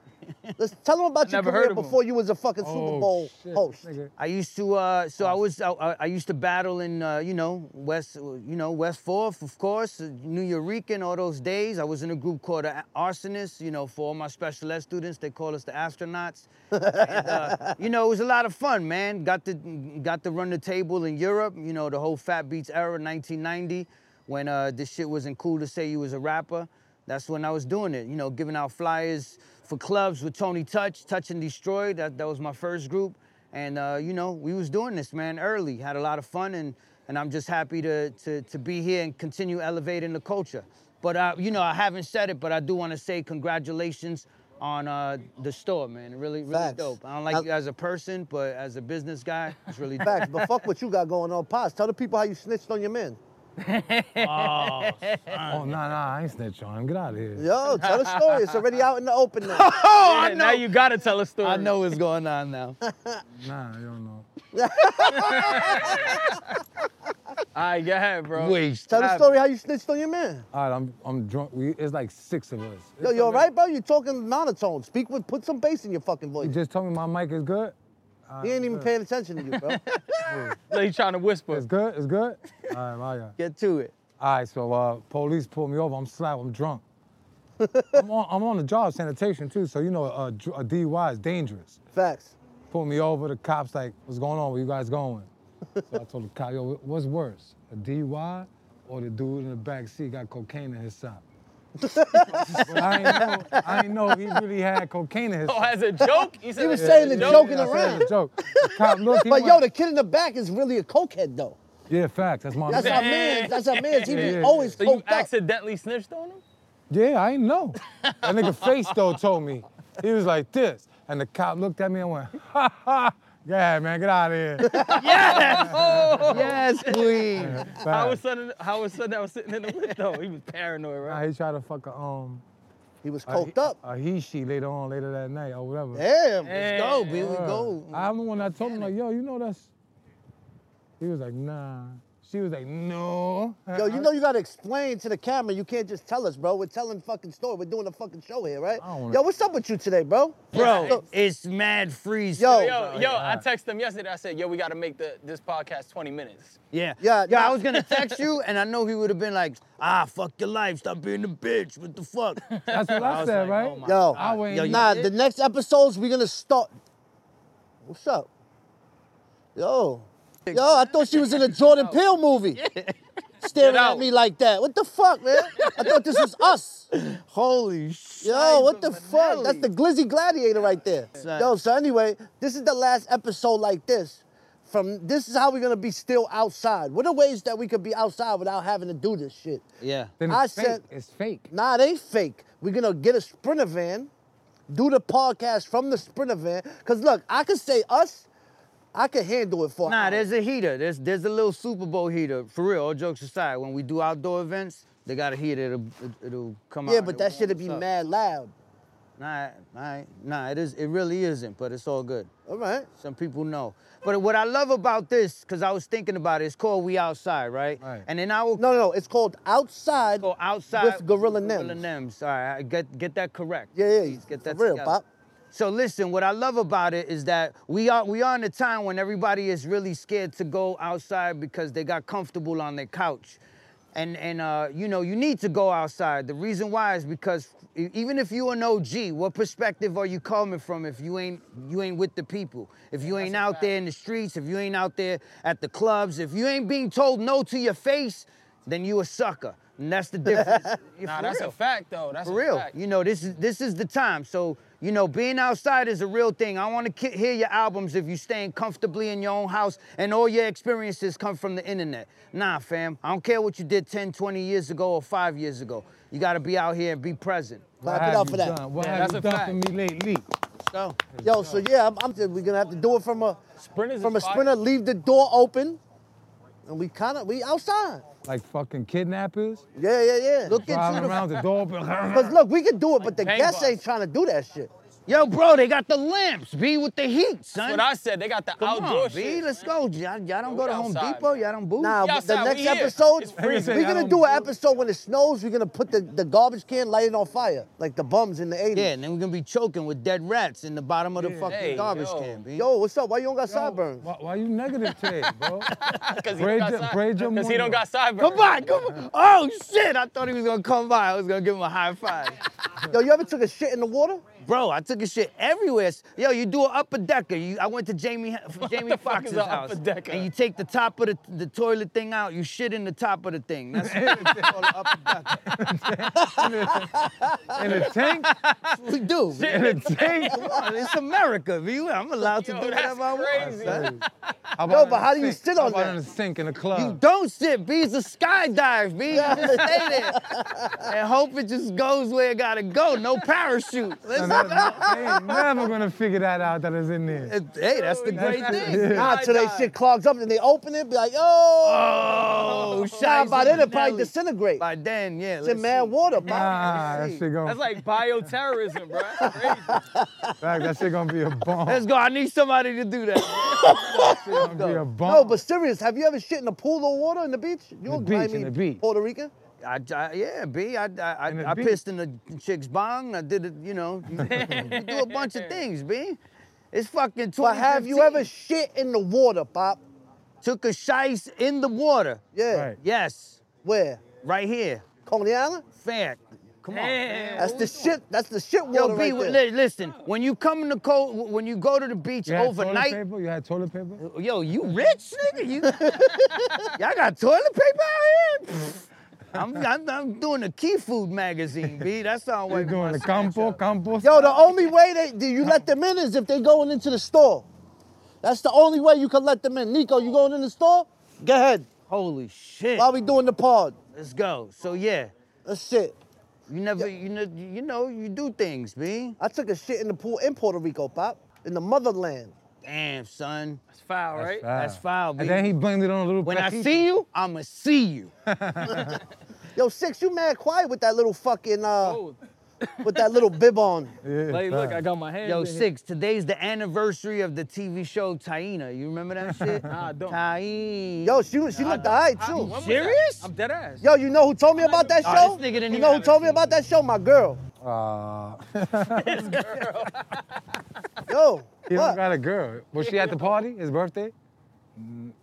[SPEAKER 5] Let's tell them about your
[SPEAKER 2] Never
[SPEAKER 5] career
[SPEAKER 2] heard of 'em.
[SPEAKER 5] before you was a fucking Super Bowl
[SPEAKER 3] Oh, shit,
[SPEAKER 5] host.
[SPEAKER 3] nigga.
[SPEAKER 4] I used to, uh, so I was, I, I- I used to battle in, uh, you know, West, you know, West Fourth, of course, uh, New Eureka, and all those days. I was in a group called the A- Arsonists. You know, for all my special ed students, they call us the astronauts. and, uh, you know, it was a lot of fun, man. Got to, got to run the table in Europe. You know, the whole Fat Beats era, 1990, when uh, this shit wasn't cool to say you was a rapper. That's when I was doing it, you know, giving out flyers for clubs with Tony Touch, Touch and Destroy. That, that was my first group. And uh, you know, we was doing this, man, early. Had a lot of fun, and and I'm just happy to to, to be here and continue elevating the culture. But uh, you know, I haven't said it, but I do want to say congratulations on uh, the store, man. Really, really
[SPEAKER 5] Facts.
[SPEAKER 4] dope. I don't like
[SPEAKER 5] I-
[SPEAKER 4] you as a person, but as a business guy, it's really dope.
[SPEAKER 5] Facts, but fuck what you got going on, Pops. Tell the people how you snitched on your man.
[SPEAKER 3] Oh, nah, nah, I ain't snitch on him. Get out of here.
[SPEAKER 5] Yo, tell the story. It's already out in the open now.
[SPEAKER 4] Oh, I
[SPEAKER 2] Yeah,
[SPEAKER 4] know.
[SPEAKER 2] Now you gotta tell a story.
[SPEAKER 4] I know what's going on now.
[SPEAKER 3] Nah, you don't know.
[SPEAKER 2] All right, go ahead, bro.
[SPEAKER 5] Tell the story how you snitched on your man.
[SPEAKER 3] All right, I'm, I'm drunk. We, it's like six of us.
[SPEAKER 5] Yo, you all right, bro? You talking monotone. Speak with, put some bass in your fucking
[SPEAKER 3] You
[SPEAKER 5] voice.
[SPEAKER 3] just told me my mic is good.
[SPEAKER 5] He ain't even paying attention to you, bro.
[SPEAKER 2] He's trying to whisper.
[SPEAKER 3] It's good. It's good. All right, my God.
[SPEAKER 4] Get to it.
[SPEAKER 3] All right, so uh, police pulled me over. I'm slap. I'm drunk. I'm, on, I'm on the job, sanitation too. So you know, a, dr- a DUI is dangerous.
[SPEAKER 5] Facts.
[SPEAKER 3] Pulled me over. The cops like, "What's going on? Where you guys going?" So I told the cop, "Yo, wh- what's worse, a DUI or the dude in the back seat got cocaine in his sock?" but I ain't know, I ain't know he really had cocaine in his.
[SPEAKER 2] Oh,
[SPEAKER 3] sock.
[SPEAKER 2] as a joke? He, said
[SPEAKER 5] He was
[SPEAKER 2] as a
[SPEAKER 5] saying the joke in
[SPEAKER 3] I said
[SPEAKER 5] the
[SPEAKER 3] it was
[SPEAKER 5] round.
[SPEAKER 3] a joke. The cop looked. he
[SPEAKER 5] But yo,
[SPEAKER 3] went-
[SPEAKER 5] the kid in the back is really a cokehead, though.
[SPEAKER 3] yeah, facts. That's my.
[SPEAKER 5] That's our man. That's our man. He
[SPEAKER 3] Yeah,
[SPEAKER 5] be
[SPEAKER 3] yeah.
[SPEAKER 5] always
[SPEAKER 2] So you
[SPEAKER 5] coked up.
[SPEAKER 2] accidentally snitched on him?
[SPEAKER 3] Yeah, I didn't know. That nigga face though told me. He was like this. And the cop looked at me and went, ha ha. Yeah, man, get out of here.
[SPEAKER 4] Yes, queen.
[SPEAKER 2] Oh. How
[SPEAKER 3] Bye.
[SPEAKER 2] was sudden? How was sudden? I was sitting in the window. He was paranoid,
[SPEAKER 3] Nah,
[SPEAKER 2] right?
[SPEAKER 3] he tried to fuck a um
[SPEAKER 5] He was
[SPEAKER 3] a
[SPEAKER 5] coked
[SPEAKER 3] he-
[SPEAKER 5] up.
[SPEAKER 3] A he she later on, later that night or whatever.
[SPEAKER 5] Damn.
[SPEAKER 4] Let's go, B. We
[SPEAKER 3] Yeah.
[SPEAKER 2] Oh,
[SPEAKER 4] go.
[SPEAKER 3] I remember when I told him like, yo, you know that's. He was like, nah. She was like, no.
[SPEAKER 5] Yo, you know you gotta explain to the camera. You can't just tell us, bro. We're telling fucking story. We're doing a fucking show here, right?
[SPEAKER 3] I don't wanna-
[SPEAKER 5] Yo, what's up with you today, bro?
[SPEAKER 4] Bro,
[SPEAKER 5] Look,
[SPEAKER 4] it's mad freeze.
[SPEAKER 5] Yo.
[SPEAKER 2] Yo, yo, I texted him yesterday. I said, yo, we gotta make the this podcast 20 minutes.
[SPEAKER 4] Yeah.
[SPEAKER 5] Yeah,
[SPEAKER 4] Yeah, I
[SPEAKER 5] nah.
[SPEAKER 4] was gonna text you, and I know he would have been like, ah, fuck your life, stop being a bitch. What the fuck?
[SPEAKER 3] That's what I,
[SPEAKER 4] was
[SPEAKER 3] said,
[SPEAKER 4] like,
[SPEAKER 3] right?
[SPEAKER 4] oh my
[SPEAKER 5] Yo.
[SPEAKER 3] I went.
[SPEAKER 4] Yo, you-
[SPEAKER 5] nah,
[SPEAKER 4] did?
[SPEAKER 5] the next episodes we're gonna start. What's up? Yo. Yo, I thought she was in a Jordan Peele movie. Staring
[SPEAKER 2] Get
[SPEAKER 5] at
[SPEAKER 2] out.
[SPEAKER 5] me like that. What the fuck, man? I thought this was us.
[SPEAKER 4] Holy shit.
[SPEAKER 5] Yo, what the fuck? That's the Glizzy Gladiator right there.
[SPEAKER 4] Son.
[SPEAKER 5] Yo, so anyway, this is the last episode like this. From this is how we're gonna be still outside. What are ways that we could be outside without having to do this shit?
[SPEAKER 4] Yeah.
[SPEAKER 3] Then
[SPEAKER 5] I
[SPEAKER 3] it's fake.
[SPEAKER 5] said-
[SPEAKER 3] it's fake.
[SPEAKER 5] Nah, it ain't fake. We're gonna get a sprinter van, do the podcast from the sprinter van. Cause look, I could say us, I could handle it for an
[SPEAKER 4] Nah,
[SPEAKER 5] hour.
[SPEAKER 4] there's a heater. There's there's a little Super Bowl heater. For real, all jokes aside, when we do outdoor events, they got a heater. It'll, it- it'll come out.
[SPEAKER 5] Yeah,
[SPEAKER 4] and
[SPEAKER 5] but
[SPEAKER 4] it'll
[SPEAKER 5] that
[SPEAKER 4] warm
[SPEAKER 5] shit'd
[SPEAKER 4] us
[SPEAKER 5] be
[SPEAKER 4] up.
[SPEAKER 5] mad loud.
[SPEAKER 4] Nah, nah, nah, it is. It really isn't, but it's all good.
[SPEAKER 5] All right.
[SPEAKER 4] Some people know. But what I love about this, because I was thinking about it, it's called We Outside, right?
[SPEAKER 3] Right.
[SPEAKER 4] And in our
[SPEAKER 5] No, no, no. It's called outside.
[SPEAKER 4] go outside
[SPEAKER 5] with Gorilla
[SPEAKER 4] Gorilla
[SPEAKER 5] Nims.
[SPEAKER 4] Nims. All right, I get get that correct.
[SPEAKER 5] Yeah, yeah.
[SPEAKER 4] Please get that
[SPEAKER 5] for real,
[SPEAKER 4] together.
[SPEAKER 5] pop.
[SPEAKER 4] So listen, what I love about it is that we are we are in a time when everybody is really scared to go outside because they got comfortable on their couch. And and uh, you know, you need to go outside. The reason why is because e- even if you an OG, what perspective are you coming from if you ain't you ain't with the people? If you ain't out there in the streets, if you ain't out there at the clubs, if you ain't being told no to your face, then you a sucker. And that's the difference. Yeah,
[SPEAKER 2] Nah,
[SPEAKER 4] for
[SPEAKER 2] that's a
[SPEAKER 4] real.
[SPEAKER 2] fact though. That's
[SPEAKER 4] For
[SPEAKER 2] a
[SPEAKER 4] real,
[SPEAKER 2] fact.
[SPEAKER 4] you know this is this is the time. So you know, being outside is a real thing. I want to ki- hear your albums if you staying comfortably in your own house and all your experiences come from the internet. Nah, fam, I don't care what you did 10, 20 years ago or five years ago. You got to be out here and be present.
[SPEAKER 3] What
[SPEAKER 5] Clap it
[SPEAKER 3] have
[SPEAKER 5] up
[SPEAKER 3] you
[SPEAKER 5] for that.
[SPEAKER 3] Done? What
[SPEAKER 2] Yeah,
[SPEAKER 3] have
[SPEAKER 2] that's
[SPEAKER 3] you
[SPEAKER 2] a
[SPEAKER 3] done
[SPEAKER 2] fact.
[SPEAKER 3] for me lately?
[SPEAKER 4] So
[SPEAKER 5] Yo, so yeah, I'm, I'm we're gonna have to do it from a
[SPEAKER 2] Sprinters is
[SPEAKER 5] from a
[SPEAKER 2] fire.
[SPEAKER 5] sprinter. Leave the door open, and we kind of we outside.
[SPEAKER 3] Like fucking kidnappers
[SPEAKER 5] Yeah, yeah, yeah. Look,
[SPEAKER 3] driving around the door.
[SPEAKER 5] cause look, we can do it, but the
[SPEAKER 2] Like
[SPEAKER 5] guests
[SPEAKER 2] paintball.
[SPEAKER 5] ain't trying to do that shit.
[SPEAKER 4] yo, bro, they got the lamps. Be with the heat, son.
[SPEAKER 2] That's what I said. They got the
[SPEAKER 4] Come
[SPEAKER 2] outdoor
[SPEAKER 4] on, B,
[SPEAKER 2] shit.
[SPEAKER 4] let's go. Y'all, y'all don't
[SPEAKER 2] We
[SPEAKER 4] go to Home
[SPEAKER 2] outside,
[SPEAKER 4] Depot.
[SPEAKER 2] man.
[SPEAKER 4] Y'all don't booth.
[SPEAKER 5] Nah,
[SPEAKER 2] We
[SPEAKER 5] the
[SPEAKER 2] outside,
[SPEAKER 5] next
[SPEAKER 2] we here.
[SPEAKER 5] episode,
[SPEAKER 2] It's freezing.
[SPEAKER 5] we're gonna
[SPEAKER 3] I
[SPEAKER 5] do
[SPEAKER 3] don't-
[SPEAKER 5] an episode when it snows. We're gonna put the, the garbage can, light it on fire, like the bums in the 80s.
[SPEAKER 4] Yeah, and then we're gonna be choking with dead rats in the bottom of the fucking
[SPEAKER 2] Hey,
[SPEAKER 4] garbage
[SPEAKER 2] yo.
[SPEAKER 4] can, B.
[SPEAKER 5] Yo, what's up? Why you don't got sideburns?
[SPEAKER 3] Why, why you negative today, bro?
[SPEAKER 2] Because he,
[SPEAKER 3] Braid
[SPEAKER 2] don't
[SPEAKER 3] your-
[SPEAKER 2] got
[SPEAKER 3] braid your
[SPEAKER 2] side- 'cause he don't
[SPEAKER 3] mono.
[SPEAKER 2] got sideburns.
[SPEAKER 4] Come by, come by. Oh shit! I thought he was gonna come by. I was gonna give him a high five.
[SPEAKER 5] Yo, you ever took a shit in the water?
[SPEAKER 4] Bro, I took a shit everywhere. Yo, you do an upper decker. You, I went to Jamie Jamie
[SPEAKER 2] the fuck
[SPEAKER 4] Foxx's
[SPEAKER 2] is a
[SPEAKER 4] house,
[SPEAKER 2] upper decker?
[SPEAKER 4] and you take the top of the, the toilet thing out. You shit in the top of the thing. That's
[SPEAKER 3] In a tank?
[SPEAKER 4] what we do. man.
[SPEAKER 3] In a tank?
[SPEAKER 4] Come on, it's America. B. I'm allowed to
[SPEAKER 2] Yo,
[SPEAKER 4] do
[SPEAKER 2] that's
[SPEAKER 4] whatever I want.
[SPEAKER 2] crazy.
[SPEAKER 4] son.
[SPEAKER 3] How about
[SPEAKER 5] Yo,
[SPEAKER 3] in
[SPEAKER 5] but
[SPEAKER 3] the
[SPEAKER 5] how do you
[SPEAKER 3] sink?
[SPEAKER 5] sit
[SPEAKER 3] How
[SPEAKER 5] on
[SPEAKER 3] about
[SPEAKER 5] that?
[SPEAKER 3] in the sink in the
[SPEAKER 4] You
[SPEAKER 3] club?
[SPEAKER 4] don't sit, B. It's a skydive, B. You just stay there and hope it just goes where it gotta go. No parachute. Listen,
[SPEAKER 3] And that- they ain't never gonna figure that out that it's in there.
[SPEAKER 4] hey, that's the great
[SPEAKER 3] That's-
[SPEAKER 4] thing.
[SPEAKER 5] Nah, till they shit clogs up and they open it, be like, yo,
[SPEAKER 4] Oh,
[SPEAKER 5] nah,
[SPEAKER 4] shot
[SPEAKER 5] by then it probably disintegrate.
[SPEAKER 4] By then, yeah.
[SPEAKER 5] It's in
[SPEAKER 4] let's
[SPEAKER 5] mad
[SPEAKER 4] see.
[SPEAKER 5] water, pop.
[SPEAKER 3] Nah, that shit gonna
[SPEAKER 2] That's like bioterrorism, bro. That's crazy.
[SPEAKER 3] fact, that shit gonna be a bomb.
[SPEAKER 4] Let's go. I need somebody to do that.
[SPEAKER 3] It's gonna be a bomb.
[SPEAKER 5] No, but serious, have you ever shit in a pool of water in the beach? You
[SPEAKER 3] the
[SPEAKER 5] a
[SPEAKER 3] beach, in
[SPEAKER 5] grimy
[SPEAKER 3] the beach.
[SPEAKER 5] Puerto Rican?
[SPEAKER 4] I, I, yeah, B. I, I,
[SPEAKER 3] In the
[SPEAKER 4] I, I
[SPEAKER 3] beat.
[SPEAKER 4] pissed in the chick's bong. I did it, you know. You, you do a bunch of things, B. It's fucking 20.
[SPEAKER 5] But have you ever shit in the water, pop?
[SPEAKER 4] took a shice in the water?
[SPEAKER 5] Yeah.
[SPEAKER 3] Right.
[SPEAKER 4] Yes,
[SPEAKER 5] Where?
[SPEAKER 4] right here.
[SPEAKER 5] Coney Island?
[SPEAKER 4] Fact. Come on.
[SPEAKER 2] Damn.
[SPEAKER 4] man.
[SPEAKER 5] That's the shit. That's the shit water
[SPEAKER 4] Yo, B.
[SPEAKER 5] right
[SPEAKER 4] li-
[SPEAKER 5] there.
[SPEAKER 4] listen. When you come in the cold, when you go to the beach
[SPEAKER 3] you had
[SPEAKER 4] overnight,
[SPEAKER 3] Toilet paper? You had toilet paper?
[SPEAKER 4] Yo, you rich, nigga? You, y'all got toilet paper out here? Pfft. I'm, I'm, I'm doing a Key Food magazine, B. That's all
[SPEAKER 3] You
[SPEAKER 4] we're
[SPEAKER 3] doing the campo, campo?
[SPEAKER 5] Yo, the only way that that you let them in is if they going into the store. That's the only way you can let them in. Nico, you going in the store? Go ahead.
[SPEAKER 4] Holy shit.
[SPEAKER 5] While we doing the pod.
[SPEAKER 4] Let's go. So, yeah,
[SPEAKER 5] That's shit.
[SPEAKER 4] you never, you, know, you know, you do things, B.
[SPEAKER 5] I took a shit in the pool in Puerto Rico, pop, in the motherland.
[SPEAKER 4] Damn, son.
[SPEAKER 2] That's foul, right?
[SPEAKER 4] That's foul, B.
[SPEAKER 3] And then he blamed it on a little
[SPEAKER 4] when I
[SPEAKER 3] pajito.
[SPEAKER 4] see you, I'ma see you.
[SPEAKER 5] Yo, six, you mad quiet with that little fucking uh,
[SPEAKER 2] Cold.
[SPEAKER 5] with that little bib on.
[SPEAKER 2] Like, look, I got my hands.
[SPEAKER 4] Yo,
[SPEAKER 2] in here.
[SPEAKER 4] six. Today's the anniversary of the TV show Taina. You remember that shit?
[SPEAKER 2] Nah, I don't.
[SPEAKER 4] Taina.
[SPEAKER 5] Yo, she, she looked alright
[SPEAKER 2] When
[SPEAKER 5] too.
[SPEAKER 2] was that?
[SPEAKER 4] serious?
[SPEAKER 2] I'm dead ass.
[SPEAKER 5] Yo, you know who told me about that
[SPEAKER 4] Nah, this
[SPEAKER 5] show?
[SPEAKER 4] nigga didn't
[SPEAKER 5] You
[SPEAKER 4] even
[SPEAKER 5] know who
[SPEAKER 4] have a
[SPEAKER 5] told me about that show? My girl.
[SPEAKER 3] Uh,
[SPEAKER 5] Yo,
[SPEAKER 3] he don't
[SPEAKER 5] what?
[SPEAKER 3] got a girl. Was she at the party? His birthday?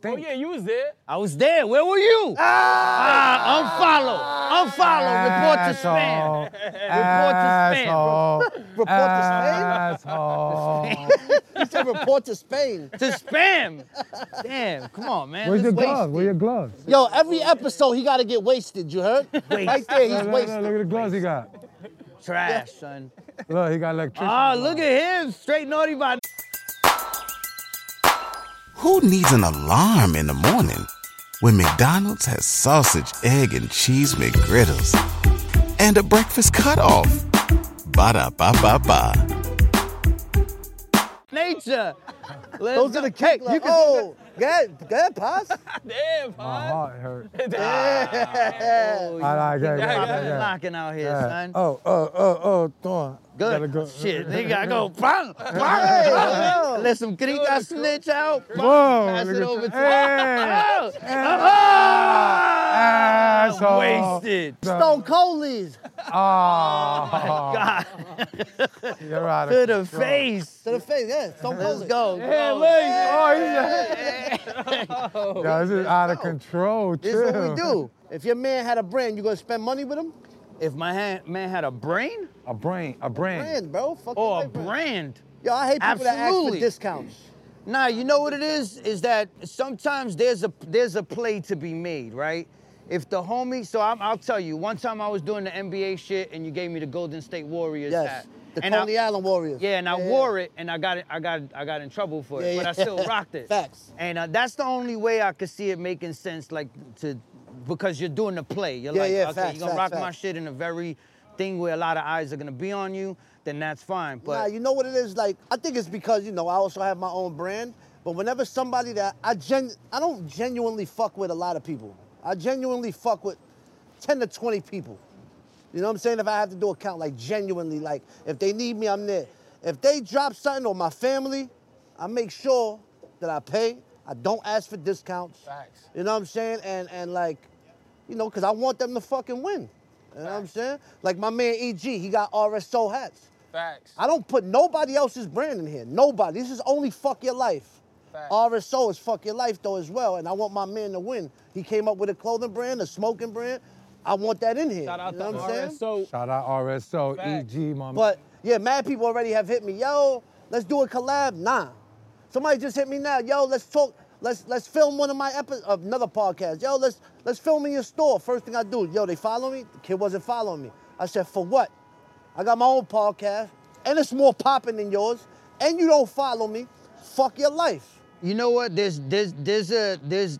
[SPEAKER 2] Oh yeah, you was there.
[SPEAKER 4] I was there. Where were you? Ah, unfollow. Unfollow. Report to spam.
[SPEAKER 3] Report to
[SPEAKER 4] spam.
[SPEAKER 3] Report to spam.
[SPEAKER 5] Report to
[SPEAKER 3] Asshole.
[SPEAKER 5] spam? He said report to Spain.
[SPEAKER 4] To spam. Damn. Come on, man.
[SPEAKER 3] Where's your
[SPEAKER 4] Let's wait.
[SPEAKER 3] gloves? Where's your gloves?
[SPEAKER 5] Yo, every episode he gotta get wasted. You heard? Right there,
[SPEAKER 3] Look, look,
[SPEAKER 5] he's
[SPEAKER 3] look,
[SPEAKER 5] wasted.
[SPEAKER 3] look at the gloves he got.
[SPEAKER 4] Trash, son.
[SPEAKER 3] Look, he got electricity.
[SPEAKER 4] Ah, look at him. Straight naughty by.
[SPEAKER 1] Who needs an alarm in the morning when McDonald's has sausage, egg, and cheese McGriddles and a breakfast cutoff? Ba da ba ba ba.
[SPEAKER 4] Nature. Let's
[SPEAKER 5] Those
[SPEAKER 4] go.
[SPEAKER 5] are the cake.
[SPEAKER 4] Hey, you can-
[SPEAKER 5] oh, good, good, pops.
[SPEAKER 2] Damn,
[SPEAKER 3] My
[SPEAKER 2] huh?
[SPEAKER 3] heart hurt.
[SPEAKER 4] Oh, you
[SPEAKER 3] All right, yeah, yeah, yeah,
[SPEAKER 4] got it
[SPEAKER 3] yeah.
[SPEAKER 4] knocking out here,
[SPEAKER 3] Yeah.
[SPEAKER 4] son.
[SPEAKER 3] Oh, oh, oh, oh, Thorn.
[SPEAKER 4] Good.
[SPEAKER 3] Go.
[SPEAKER 4] Shit, nigga, I go bang, bang,
[SPEAKER 5] Hey,
[SPEAKER 4] bang. Let some Krika snitch out. bang,
[SPEAKER 3] Whoa,
[SPEAKER 4] Pass it
[SPEAKER 3] nigga.
[SPEAKER 4] over to
[SPEAKER 3] Hey.
[SPEAKER 4] Oh, oh,
[SPEAKER 3] Asshole.
[SPEAKER 4] Wasted.
[SPEAKER 5] Stone Coley's
[SPEAKER 3] Oh,
[SPEAKER 4] God,
[SPEAKER 3] you're out
[SPEAKER 4] to
[SPEAKER 3] of
[SPEAKER 4] the
[SPEAKER 3] control.
[SPEAKER 4] face.
[SPEAKER 5] to the face. Yeah, Stone
[SPEAKER 4] Let's
[SPEAKER 5] Coley.
[SPEAKER 4] go.
[SPEAKER 3] Yeah,
[SPEAKER 4] go.
[SPEAKER 3] look. Oh, he's Yo, this is out of control.
[SPEAKER 5] This
[SPEAKER 3] Chill.
[SPEAKER 5] is what we do. If your man had a brand, you gonna spend money with him?
[SPEAKER 4] If my ha- man had a brain
[SPEAKER 3] A brain, a brain.
[SPEAKER 5] Brand, bro. Fuck
[SPEAKER 4] or a
[SPEAKER 5] your brand.
[SPEAKER 4] brand,
[SPEAKER 5] Yo, I hate people that ask for
[SPEAKER 4] Absolutely.
[SPEAKER 5] discounts.
[SPEAKER 4] Nah, you know what it is? Is that sometimes there's a there's a play to be made, right? If the homie, so I'm, I'll tell you. One time I was doing the NBA shit, and you gave me the Golden State Warriors
[SPEAKER 5] Yes,
[SPEAKER 4] hat.
[SPEAKER 5] the
[SPEAKER 4] and
[SPEAKER 5] Coney
[SPEAKER 4] I,
[SPEAKER 5] Island Warriors.
[SPEAKER 4] Yeah, and I wore it, and I got it, I got I got in trouble for it, but
[SPEAKER 5] Yeah, yeah.
[SPEAKER 4] I still rocked it.
[SPEAKER 5] Facts.
[SPEAKER 4] And uh, that's the only way I could see it making sense, like to because you're doing the play. You're
[SPEAKER 5] Yeah,
[SPEAKER 4] like,
[SPEAKER 5] yeah,
[SPEAKER 4] okay,
[SPEAKER 5] facts,
[SPEAKER 4] you're gonna rock
[SPEAKER 5] facts,
[SPEAKER 4] my
[SPEAKER 5] facts.
[SPEAKER 4] shit in a very thing where a lot of eyes are gonna be on you. Then that's fine. But
[SPEAKER 5] nah, you know what it is like. I think it's because you know I also have my own brand. But whenever somebody that I gen, I don't genuinely fuck with a lot of people. I genuinely fuck with ten to twenty people. You know what I'm saying? If I have to do a count, like genuinely, like if they need me, I'm there. If they drop something on my family, I make sure that I pay. I don't ask for discounts.
[SPEAKER 3] Facts.
[SPEAKER 5] You know what I'm saying? And and like, you know, cause I want them to fucking win. You know what I'm saying? Like my man EG, he got RSO hats.
[SPEAKER 2] Facts.
[SPEAKER 5] I don't put nobody else's brand in here. Nobody. This is only fuck your life.
[SPEAKER 2] Facts.
[SPEAKER 5] RSO is fuck your life though as well. And I want my man to win. He came up with a clothing brand, a smoking brand. I want that in here.
[SPEAKER 2] Shout out
[SPEAKER 5] you know
[SPEAKER 2] to
[SPEAKER 5] what I'm saying?
[SPEAKER 2] RSO.
[SPEAKER 3] Shout out RSO,
[SPEAKER 2] Facts.
[SPEAKER 3] EG, E my
[SPEAKER 5] But yeah, mad people already have hit me. Yo, let's do a collab. Nah. Somebody just hit me now. Yo, let's talk. Let's let's film one of my episodes of another podcast. Yo, let's let's film in your store. First thing I do, yo, they follow me. The kid wasn't following me. I said, for what? I got my own podcast, and it's more popping than yours. And you don't follow me. Fuck your life.
[SPEAKER 4] You know what? There's there's there's a there's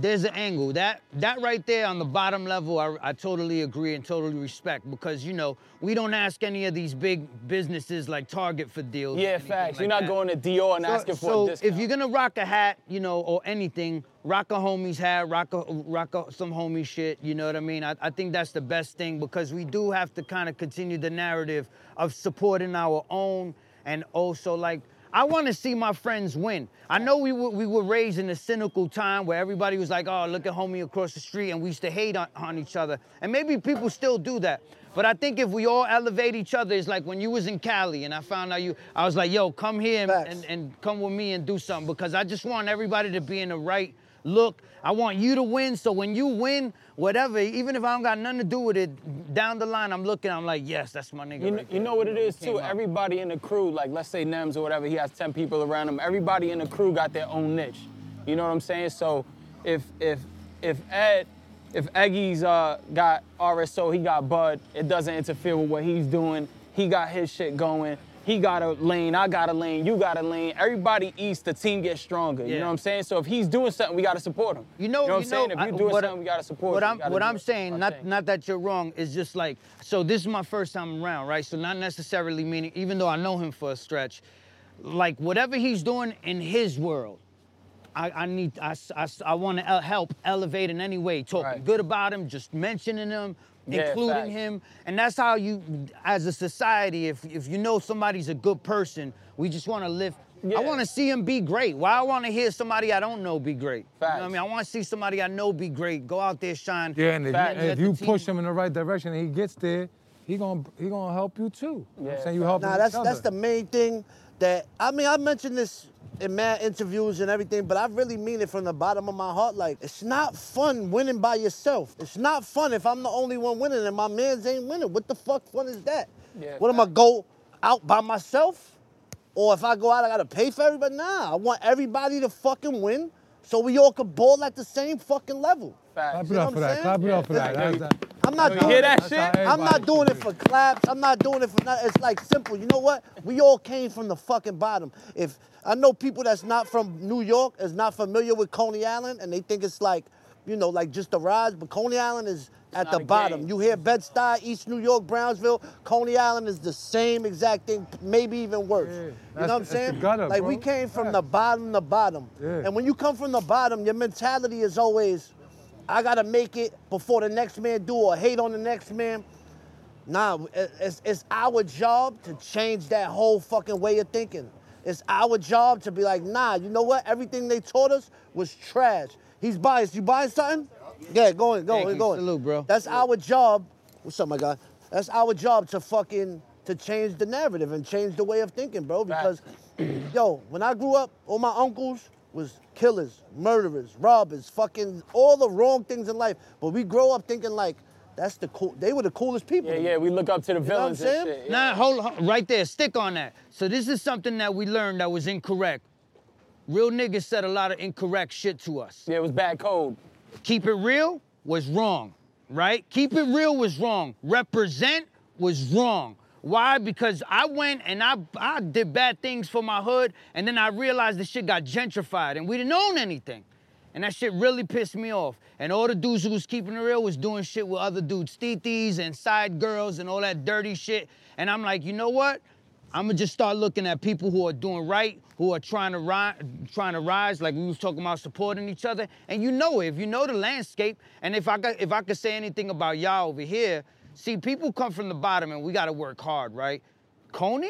[SPEAKER 4] there's an angle that that right there on the bottom level. I, I totally agree and totally respect because you know we don't ask any of these big businesses like Target for deals. or
[SPEAKER 2] Yeah,
[SPEAKER 4] anything
[SPEAKER 2] facts.
[SPEAKER 4] like
[SPEAKER 2] You're not
[SPEAKER 4] that.
[SPEAKER 2] going to Dior and asking for
[SPEAKER 4] so
[SPEAKER 2] a discount.
[SPEAKER 4] if you're gonna rock a hat, you know, or anything, rock a homie's hat, rock a rock a, some homie shit. You know what I mean? I, I think that's the best thing because we do have to kind of continue the narrative of supporting our own and also like. I want to see my friends win. I know we were, we were raised in a cynical time where everybody was like, "Oh, look at homie across the street," and we used to hate on, on each other. And maybe people still do that. But I think if we all elevate each other, it's like when you was in Cali and I found out you, I was like, "Yo, come here and,
[SPEAKER 5] Facts.
[SPEAKER 4] and, and come with me and do something because I just want everybody to be in the right look. I want you to win. So when you win, whatever, even if I don't got nothing to do with it, down the line, I'm looking, I'm like, yes, that's my nigga.
[SPEAKER 2] You know,
[SPEAKER 4] right
[SPEAKER 2] you
[SPEAKER 4] there.
[SPEAKER 2] know what it is
[SPEAKER 4] Came
[SPEAKER 2] too.
[SPEAKER 4] up.
[SPEAKER 2] Everybody in the crew, like let's say Nems or whatever, he has ten people around him. Everybody in the crew got their own niche. You know what I'm saying? So if if if Ed, if Eggy's uh, got RSO, he got Bud. It doesn't interfere with what he's doing. He got his shit going. He got a lane. I got a lane. You got a lane. Everybody eats. The team gets stronger. You
[SPEAKER 4] Yeah.
[SPEAKER 2] know what I'm saying? So if he's doing something, we gotta support him.
[SPEAKER 4] You know,
[SPEAKER 2] you know what I'm saying?
[SPEAKER 4] I-
[SPEAKER 2] if you're doing
[SPEAKER 4] what I-
[SPEAKER 2] something, we gotta support.
[SPEAKER 4] What
[SPEAKER 2] you.
[SPEAKER 4] I'm,
[SPEAKER 2] Gotta
[SPEAKER 4] what
[SPEAKER 2] do
[SPEAKER 4] I'm
[SPEAKER 2] it.
[SPEAKER 4] saying,
[SPEAKER 2] Our
[SPEAKER 4] not,
[SPEAKER 2] thing.
[SPEAKER 4] not that you're wrong, is just like, so this is my first time around, right? So not necessarily meaning, even though I know him for a stretch, like whatever he's doing in his world, I, I need, I, s- I, s- I want to help elevate in any way, talking
[SPEAKER 2] Right.
[SPEAKER 4] good about him, just mentioning him,
[SPEAKER 2] Yeah,
[SPEAKER 4] including
[SPEAKER 2] facts.
[SPEAKER 4] him. And that's how you, as a society, if, if you know somebody's a good person, we just want to lift.
[SPEAKER 2] Yeah.
[SPEAKER 4] I want to see him be great. Why I want to hear somebody I don't know be great. You know what I
[SPEAKER 2] Facts.
[SPEAKER 4] mean? I want to see somebody I know be great. Go out there, shine.
[SPEAKER 3] Yeah, and if, you-
[SPEAKER 2] Facts.
[SPEAKER 3] and if
[SPEAKER 4] Let the
[SPEAKER 3] you
[SPEAKER 4] team-
[SPEAKER 3] push him in the right direction and he gets there, he gonna he gonna help you too. You know what
[SPEAKER 2] Yeah,
[SPEAKER 3] I'm saying you help
[SPEAKER 5] Nah, that's that's the main thing that I mean. I mentioned this in mad interviews and everything, but I really mean it from the bottom of my heart. Like, it's not fun winning by yourself. It's not fun if I'm the only one winning and my man's ain't winning. What the fuck fun is that?
[SPEAKER 2] Yeah,
[SPEAKER 5] what am I go out by myself? Or if I go out, I gotta pay for everybody. Nah, I want everybody to fucking win, so we all could ball at the same fucking level.
[SPEAKER 3] clap
[SPEAKER 2] Facts.
[SPEAKER 3] it
[SPEAKER 5] know
[SPEAKER 3] up for
[SPEAKER 5] what I'm
[SPEAKER 3] that. Clap it
[SPEAKER 5] saying?
[SPEAKER 3] up for that.
[SPEAKER 2] Yeah.
[SPEAKER 3] That's- that-
[SPEAKER 5] I'm not
[SPEAKER 2] You
[SPEAKER 5] doing
[SPEAKER 2] hear
[SPEAKER 5] it.
[SPEAKER 2] that
[SPEAKER 3] that's
[SPEAKER 2] shit?
[SPEAKER 3] how
[SPEAKER 5] I'm
[SPEAKER 3] everybody
[SPEAKER 5] not doing
[SPEAKER 3] should do
[SPEAKER 5] it for claps. I'm not doing it for nothing. It's like simple. You know what? We all came from the fucking bottom. If I know people that's not from New York is not familiar with Coney Island and they think it's like, you know, like just the rise, but Coney Island is at
[SPEAKER 2] not
[SPEAKER 5] the
[SPEAKER 2] a
[SPEAKER 5] bottom.
[SPEAKER 2] game.
[SPEAKER 5] You hear Bed-Stuy, East New York, Brownsville, Coney Island is the same exact thing, maybe even worse.
[SPEAKER 3] Yeah,
[SPEAKER 5] you
[SPEAKER 3] that's-
[SPEAKER 5] know what I'm
[SPEAKER 3] that's the
[SPEAKER 5] saying?
[SPEAKER 3] gutter,
[SPEAKER 5] like we
[SPEAKER 3] bro.
[SPEAKER 5] came from
[SPEAKER 3] Yeah.
[SPEAKER 5] the bottom to bottom.
[SPEAKER 3] Yeah.
[SPEAKER 5] And when you come from the bottom, your mentality is always, I gotta make it before the next man do or hate on the next man. Nah, it- it's, it's our job to change that whole fucking way of thinking. It's our job to be like, nah, you know what? Everything they taught us was trash. He's biased. You buying something? Yeah, go in, go
[SPEAKER 4] Thank
[SPEAKER 5] in,
[SPEAKER 4] you.
[SPEAKER 5] go in.
[SPEAKER 4] Salute, bro.
[SPEAKER 5] That's our job. What's up, my guy? That's our job to fucking to change the narrative and change the way of thinking, bro. Because,
[SPEAKER 2] Facts.
[SPEAKER 5] yo, when I grew up, all my uncles was killers, murderers, robbers, fucking all the wrong things in life. But we grow up thinking like, that's the cool. They were the coolest people.
[SPEAKER 2] Yeah, yeah, we look up to the
[SPEAKER 5] know what I'm
[SPEAKER 2] villains
[SPEAKER 5] saying?
[SPEAKER 2] and shit.
[SPEAKER 4] Nah, hold on, right there. Stick on that. So this is something that we learned that was incorrect. Real niggas said a lot of incorrect shit to us.
[SPEAKER 2] Yeah, it was bad code.
[SPEAKER 4] Keep it real was wrong, right? Keep it real was wrong. Represent was wrong. Why? Because I went and I I did bad things for my hood, and then I realized this shit got gentrified, and we didn't own anything. And that shit really pissed me off. And all the dudes who was keeping it real was doing shit with other dudes, titis and side girls and all that dirty shit. And I'm like, you know what? I'ma just start looking at people who are doing right, who are trying to rise, trying to rise. Like we was talking about supporting each other, and you know it. If you know the landscape, and if I could, if I could say anything about y'all over here, see, people come from the bottom, and we gotta work hard, right? Coney,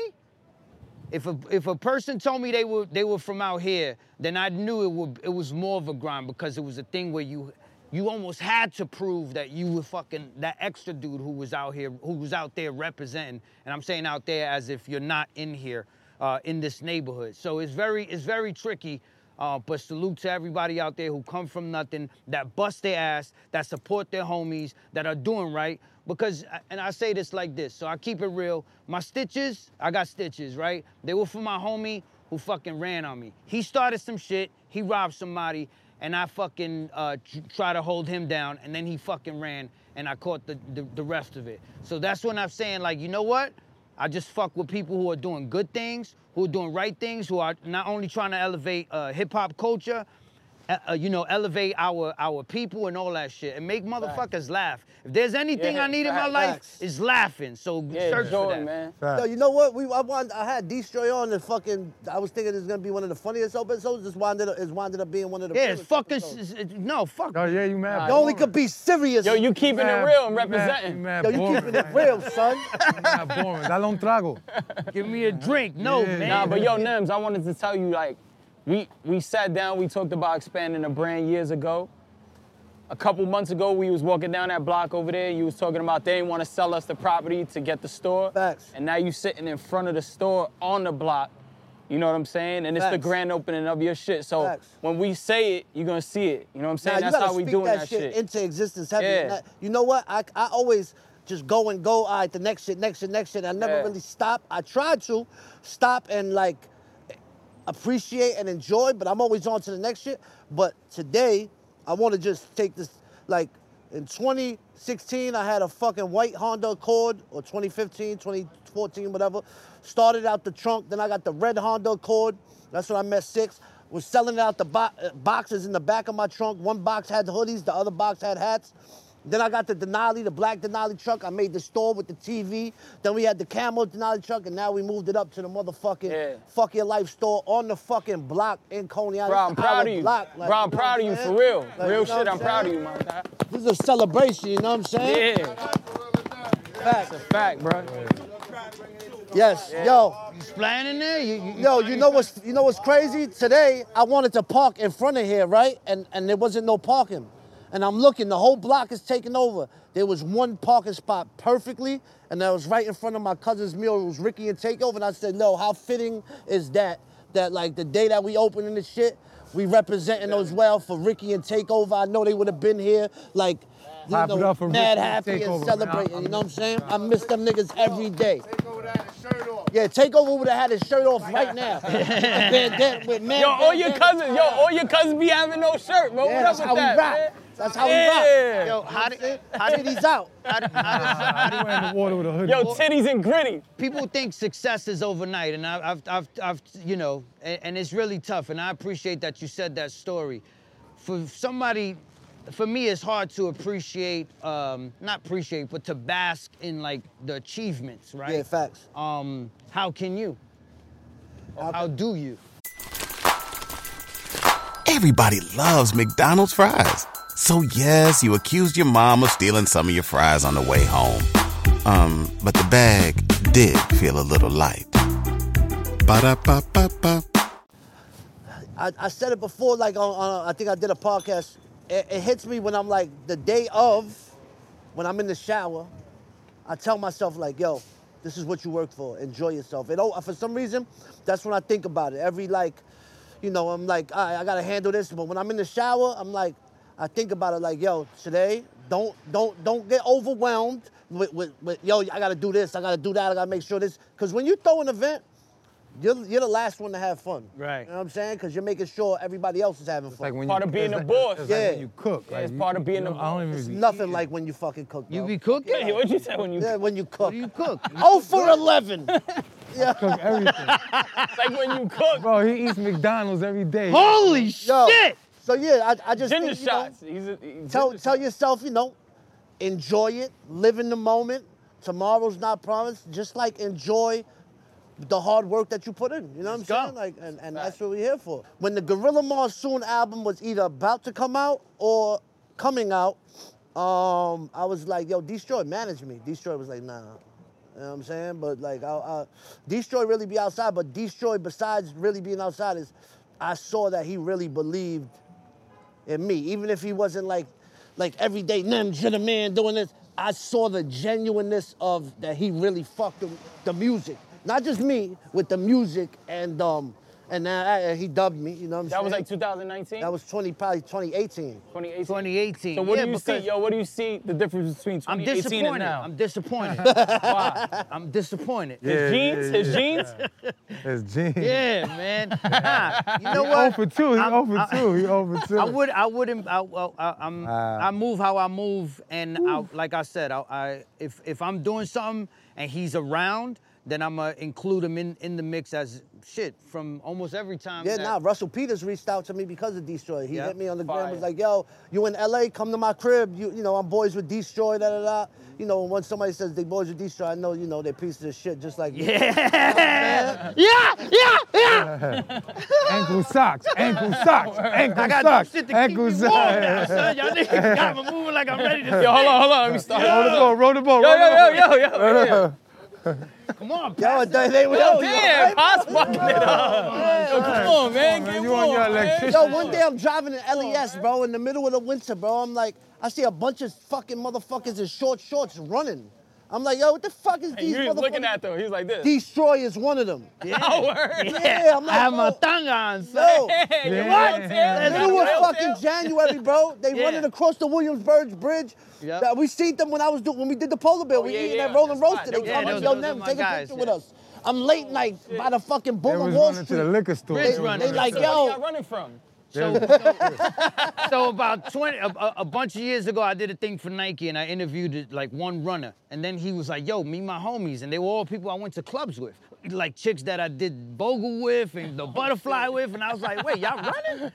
[SPEAKER 4] if a if a person told me they were they were from out here, then I knew it would it was more of a grind because it was a thing where you you almost had to prove that you were fucking that extra dude who was out here who was out there representing. And I'm saying out there as if you're not in here uh, in this neighborhood. So it's very it's very tricky. Uh, but salute to everybody out there who come from nothing, that bust their ass, that support their homies, that are doing right. Because, uh, and I say this like this, so I keep it real. My stitches, I got stitches, right? They were for my homie who fucking ran on me. He started some shit, he robbed somebody, and I fucking uh, tr- try to hold him down, and then he fucking ran, and I caught the, the, the rest of it. So that's when I'm saying, like, you know what? I just fuck with people who are doing good things, who are doing right things, who are not only trying to elevate uh, hip hop culture, uh, uh, you know, elevate our our people and all that shit, and make motherfuckers laugh. If there's anything
[SPEAKER 2] Yeah,
[SPEAKER 4] I need in my
[SPEAKER 2] facts.
[SPEAKER 4] life,
[SPEAKER 5] Facts.
[SPEAKER 4] it's laughing. So
[SPEAKER 2] Yeah,
[SPEAKER 4] search for
[SPEAKER 2] Jordan,
[SPEAKER 4] that.
[SPEAKER 2] man.
[SPEAKER 5] Yo, you know what? We I wanted, I had Destroy on the fucking. I was thinking this is gonna be one of the funniest episodes. This winded up, it's winded up being one of the.
[SPEAKER 4] Yeah, it's
[SPEAKER 5] funniest
[SPEAKER 4] fucking
[SPEAKER 5] episodes.
[SPEAKER 4] s- s- no, fuck.
[SPEAKER 3] Oh yeah, you mad?
[SPEAKER 5] You only could be serious.
[SPEAKER 2] Yo, you keeping it real and representing.
[SPEAKER 5] Yo, you keeping it real, son.
[SPEAKER 3] Mad boring. Dale un trago.
[SPEAKER 4] Give me a drink. No,
[SPEAKER 3] Yeah.
[SPEAKER 4] man.
[SPEAKER 2] Nah, but yo, Nims, I wanted to tell you, like, we we sat down, we talked about expanding the brand years ago. A couple months ago, we was walking down that block over there. You was talking about they didn't want to sell us the property to get the store.
[SPEAKER 5] Facts.
[SPEAKER 2] And now you sitting in front of the store on the block. You know what I'm saying? And it's the
[SPEAKER 5] Facts.
[SPEAKER 2] grand opening of your shit. So
[SPEAKER 5] Facts.
[SPEAKER 2] when we say it, you're gonna see it. You know what I'm
[SPEAKER 5] Nah,
[SPEAKER 2] saying?
[SPEAKER 5] you
[SPEAKER 2] That's
[SPEAKER 5] gotta
[SPEAKER 2] how we
[SPEAKER 5] speak
[SPEAKER 2] doing
[SPEAKER 5] that,
[SPEAKER 2] that,
[SPEAKER 5] shit, into existence. Heavy.
[SPEAKER 2] Yeah.
[SPEAKER 5] Not- you know what? I, I always just go and go. All right, the next shit, next shit, next shit. I never
[SPEAKER 2] Yeah.
[SPEAKER 5] really stop. I try to stop and like appreciate and enjoy, but I'm always on to the next shit. But today, I want to just take this like in 2016, I had a fucking white Honda Accord, or 2015, 2014, whatever. Started out the trunk, then I got the red Honda Accord. That's when I met Six. Was selling out the bo- uh, boxes in the back of my trunk. One box had hoodies, the other box had hats. Then I got the Denali, the black Denali truck. I made the store with the TV. Then we had the camel Denali truck, and now we moved it up to the motherfucking
[SPEAKER 2] Yeah.
[SPEAKER 5] fuck your life store on the fucking block in Coney Island.
[SPEAKER 2] Bro, I'm
[SPEAKER 5] It's our
[SPEAKER 2] proud of you.
[SPEAKER 5] block, like,
[SPEAKER 2] Bro, I'm
[SPEAKER 5] know what
[SPEAKER 2] proud of you for
[SPEAKER 5] saying?
[SPEAKER 2] real.
[SPEAKER 5] Like, you
[SPEAKER 2] real
[SPEAKER 5] know
[SPEAKER 2] shit,
[SPEAKER 5] what
[SPEAKER 2] I'm proud of
[SPEAKER 5] saying?
[SPEAKER 2] you, my guy.
[SPEAKER 5] This is a celebration, you know what I'm saying?
[SPEAKER 2] Yeah,
[SPEAKER 5] Facts.
[SPEAKER 2] fact, bro.
[SPEAKER 5] Yes, yo.
[SPEAKER 4] Playing in there? You, you,
[SPEAKER 5] Yo, you know what's you know what's crazy? Today I wanted to park in front of here, right? And and there wasn't no parking. And I'm looking, the whole block is taken over. There was one parking spot perfectly, and that was right in front of my cousin's mural. It was Ricky and Takeover, and I said, no, how fitting is that? That like the day that we opening this shit, we representing those well for Ricky and Takeover. I know they would have been here, like you
[SPEAKER 3] Clap it
[SPEAKER 5] know,
[SPEAKER 3] up for
[SPEAKER 5] mad
[SPEAKER 3] Ricky and
[SPEAKER 5] happy
[SPEAKER 3] Takeover, man.
[SPEAKER 5] and
[SPEAKER 3] I-
[SPEAKER 5] celebrating.
[SPEAKER 3] I
[SPEAKER 5] you know what I'm
[SPEAKER 3] miss-
[SPEAKER 5] saying? I miss them niggas every day.
[SPEAKER 9] over that shirt off.
[SPEAKER 5] Yeah, Takeover would have had his shirt off right now. Bandana with man.
[SPEAKER 2] Yo, all your
[SPEAKER 5] bandana.
[SPEAKER 2] cousins, yo, all your cousins be having no shirt, bro. what
[SPEAKER 5] Yeah,
[SPEAKER 2] up
[SPEAKER 5] that's
[SPEAKER 2] with
[SPEAKER 5] how
[SPEAKER 2] that,
[SPEAKER 5] we rock.
[SPEAKER 2] man?
[SPEAKER 5] That's how
[SPEAKER 2] Yeah.
[SPEAKER 5] we rock.
[SPEAKER 4] Yo, how did, how
[SPEAKER 5] How
[SPEAKER 4] did
[SPEAKER 5] did he's out?
[SPEAKER 4] how did, how did, how did
[SPEAKER 3] You in the water with a hoodie.
[SPEAKER 2] Yo, titties and gritty.
[SPEAKER 4] people think success is overnight, and I- I've, I've, I've, you know, and, and it's really tough. And I appreciate that you said that story. For somebody, for me, it's hard to appreciate, um, not appreciate, but to bask in like the achievements, right?
[SPEAKER 5] Yeah, facts.
[SPEAKER 4] Um, how can you? Or how do you?
[SPEAKER 1] Everybody loves McDonald's fries. So yes, you accused your mom of stealing some of your fries on the way home. Um, but the bag did feel a little light. Ba-da-ba-ba-ba.
[SPEAKER 5] I, I said it before, like on, on I think I did a podcast. It, it hits me when I'm like the day of, when I'm in the shower, I tell myself like, yo, this is what you work for. Enjoy yourself. And oh, for some reason, that's when I think about it. Every like, you know, I'm like, all right, I gotta handle this. But when I'm in the shower, I'm like, I think about it like, yo, today, don't don't don't get overwhelmed with, with, with yo, I gotta do this, I gotta do that, I gotta make sure this. Cause when you throw an event, you're, you're the last one to have fun.
[SPEAKER 4] Right.
[SPEAKER 5] You know what I'm saying? Because you're making sure everybody else is having fun.
[SPEAKER 3] like when
[SPEAKER 2] Part
[SPEAKER 3] you-
[SPEAKER 2] of being
[SPEAKER 3] it's
[SPEAKER 2] a
[SPEAKER 3] like-
[SPEAKER 2] boss.
[SPEAKER 3] It's like
[SPEAKER 5] Yeah.
[SPEAKER 3] when you cook.
[SPEAKER 2] Yeah,
[SPEAKER 3] like,
[SPEAKER 2] it's
[SPEAKER 3] you-
[SPEAKER 2] part of being
[SPEAKER 3] you
[SPEAKER 2] a
[SPEAKER 3] know, I don't even
[SPEAKER 5] it's
[SPEAKER 3] be
[SPEAKER 5] nothing like when you fucking cook.
[SPEAKER 4] You
[SPEAKER 5] bro.
[SPEAKER 4] be cooking?
[SPEAKER 2] Hey, what'd you say when you?
[SPEAKER 5] yeah, when you cook.
[SPEAKER 4] You cook.
[SPEAKER 5] Oh for 11.
[SPEAKER 3] cook everything.
[SPEAKER 2] It's like when you cook.
[SPEAKER 3] Bro, he eats McDonald's every day.
[SPEAKER 4] Holy
[SPEAKER 5] Yo.
[SPEAKER 4] shit!
[SPEAKER 5] So yeah, I, I just
[SPEAKER 2] Ginger
[SPEAKER 5] think, you know,
[SPEAKER 2] shots. He's a, he's
[SPEAKER 5] tell
[SPEAKER 2] ginger
[SPEAKER 5] tell
[SPEAKER 2] shots.
[SPEAKER 5] yourself, you know, enjoy it, live in the moment. Tomorrow's not promised. Just like enjoy the hard work that you put in. You know what I'm
[SPEAKER 4] Let's go.
[SPEAKER 5] saying? Like, and, and that's what we're here for. When the Gorilla Monsoon album was either about to come out or coming out, um, I was like, yo, Destroy manage me. Destroy was like, nah. You know what I'm saying? But like, I, I, Destroy really be outside. But Destroy, besides really being outside, is I saw that he really believed in me. Even if he wasn't like, like everyday ninja the man doing this, I saw the genuineness of that he really fucked the, the music. Not just me, with the music and um and uh, uh, he dubbed me, you know what I'm
[SPEAKER 2] That
[SPEAKER 5] saying?
[SPEAKER 2] was like 2019.
[SPEAKER 5] that was 20 probably 2018.
[SPEAKER 2] 2018.
[SPEAKER 4] 2018.
[SPEAKER 2] So what
[SPEAKER 4] yeah,
[SPEAKER 2] do you see?
[SPEAKER 4] because
[SPEAKER 2] Yo, what do you see the difference between
[SPEAKER 4] I'm
[SPEAKER 2] 2018 and
[SPEAKER 4] disappointed.
[SPEAKER 2] now?
[SPEAKER 4] I'm disappointed.
[SPEAKER 2] Why?
[SPEAKER 4] I'm disappointed.
[SPEAKER 2] His jeans. His jeans.
[SPEAKER 3] His jeans.
[SPEAKER 4] Yeah, man. you know
[SPEAKER 3] He
[SPEAKER 4] what?
[SPEAKER 3] over two. He
[SPEAKER 4] I'm-
[SPEAKER 3] over
[SPEAKER 4] I-
[SPEAKER 3] two. He over two.
[SPEAKER 4] I would. I wouldn't. I, I, I, I'm. I move how I move, and I, like I said, I, I if if I'm doing something and he's around, then I'ma include him in in the mix as shit from almost every time.
[SPEAKER 5] Yeah,
[SPEAKER 4] that-
[SPEAKER 5] nah, Russell Peters reached out to me because of Destroy. He
[SPEAKER 4] Yeah.
[SPEAKER 5] hit me on the
[SPEAKER 2] Fire.
[SPEAKER 5] gram, was like, yo, you in LA, come to my crib. You you know, I'm boys with Destroy, da da da. You know, and once somebody says they boys with Destroy, I know, you know, they're pieces of shit just like me.
[SPEAKER 4] Yeah. yeah, yeah, yeah.
[SPEAKER 3] ankle socks. Ankle socks. Ankle
[SPEAKER 4] I got
[SPEAKER 3] socks.
[SPEAKER 4] some shit to keep
[SPEAKER 3] ankle
[SPEAKER 4] me warm now,
[SPEAKER 3] socks.
[SPEAKER 4] son. Y'all niggas got me moving like I'm ready to.
[SPEAKER 2] Yo, hold on, hold on. Let me start.
[SPEAKER 3] Roll the ball. Roll the ball.
[SPEAKER 2] Yo,
[SPEAKER 3] Roll the
[SPEAKER 2] yo,
[SPEAKER 3] ball.
[SPEAKER 2] yo, yo, yo. yeah.
[SPEAKER 4] Come on,
[SPEAKER 5] Yo,
[SPEAKER 4] pass it.
[SPEAKER 5] they, they,
[SPEAKER 2] Yo,
[SPEAKER 5] yo,
[SPEAKER 2] damn, Pops fucking
[SPEAKER 5] Oh,
[SPEAKER 2] it up. Yo, come on, man.
[SPEAKER 3] man,
[SPEAKER 2] Get
[SPEAKER 3] you on your
[SPEAKER 2] warm, man.
[SPEAKER 3] electricity.
[SPEAKER 5] Yo, one day I'm driving in LES, bro, in the middle of the winter, bro. I'm like, I see a bunch of fucking motherfuckers in short shorts running. I'm like, yo, what the fuck is
[SPEAKER 2] And
[SPEAKER 5] these
[SPEAKER 2] you was
[SPEAKER 5] motherfuckers?
[SPEAKER 2] looking at them. He was like this.
[SPEAKER 5] Destroy is one of them.
[SPEAKER 2] Oh, word.
[SPEAKER 5] Yeah, I'm like,
[SPEAKER 4] I have my
[SPEAKER 5] oh.
[SPEAKER 4] tongue on, son.
[SPEAKER 5] Yo,
[SPEAKER 2] Hey, you
[SPEAKER 3] Yeah.
[SPEAKER 2] wild tail.
[SPEAKER 3] They
[SPEAKER 5] middle
[SPEAKER 2] You
[SPEAKER 5] of
[SPEAKER 2] wild
[SPEAKER 5] fucking
[SPEAKER 2] tail.
[SPEAKER 5] January, bro. They
[SPEAKER 4] Yeah.
[SPEAKER 5] running across the Williamsburg Bridge.
[SPEAKER 4] Yep.
[SPEAKER 5] That we seen them when I was doing when we did the polar bear. we
[SPEAKER 2] Oh, yeah,
[SPEAKER 5] eating
[SPEAKER 2] yeah,
[SPEAKER 5] that
[SPEAKER 2] that's
[SPEAKER 5] rolling
[SPEAKER 2] fine.
[SPEAKER 5] roaster. They
[SPEAKER 2] Yeah,
[SPEAKER 5] come
[SPEAKER 4] those-
[SPEAKER 5] up, yo,
[SPEAKER 4] those are
[SPEAKER 5] them,
[SPEAKER 4] my
[SPEAKER 5] take
[SPEAKER 4] guys,
[SPEAKER 5] a picture
[SPEAKER 4] yeah.
[SPEAKER 5] with us. I'm late night by the fucking
[SPEAKER 3] They
[SPEAKER 5] bull on
[SPEAKER 3] was
[SPEAKER 5] Wall
[SPEAKER 3] running to the
[SPEAKER 5] Street.
[SPEAKER 3] liquor store.
[SPEAKER 4] Bridge
[SPEAKER 3] They was
[SPEAKER 4] running.
[SPEAKER 5] They
[SPEAKER 3] running.
[SPEAKER 5] like,
[SPEAKER 2] Where you
[SPEAKER 5] yo,
[SPEAKER 2] got running from?
[SPEAKER 4] So, so, so about 20, a, a- a bunch of years ago, I did a thing for Nike and I interviewed like one runner. And then he was like, yo, me, and my homies. And they were all people I went to clubs with, like chicks that I did Bogle with and the butterfly with. And I was like, wait, y'all running?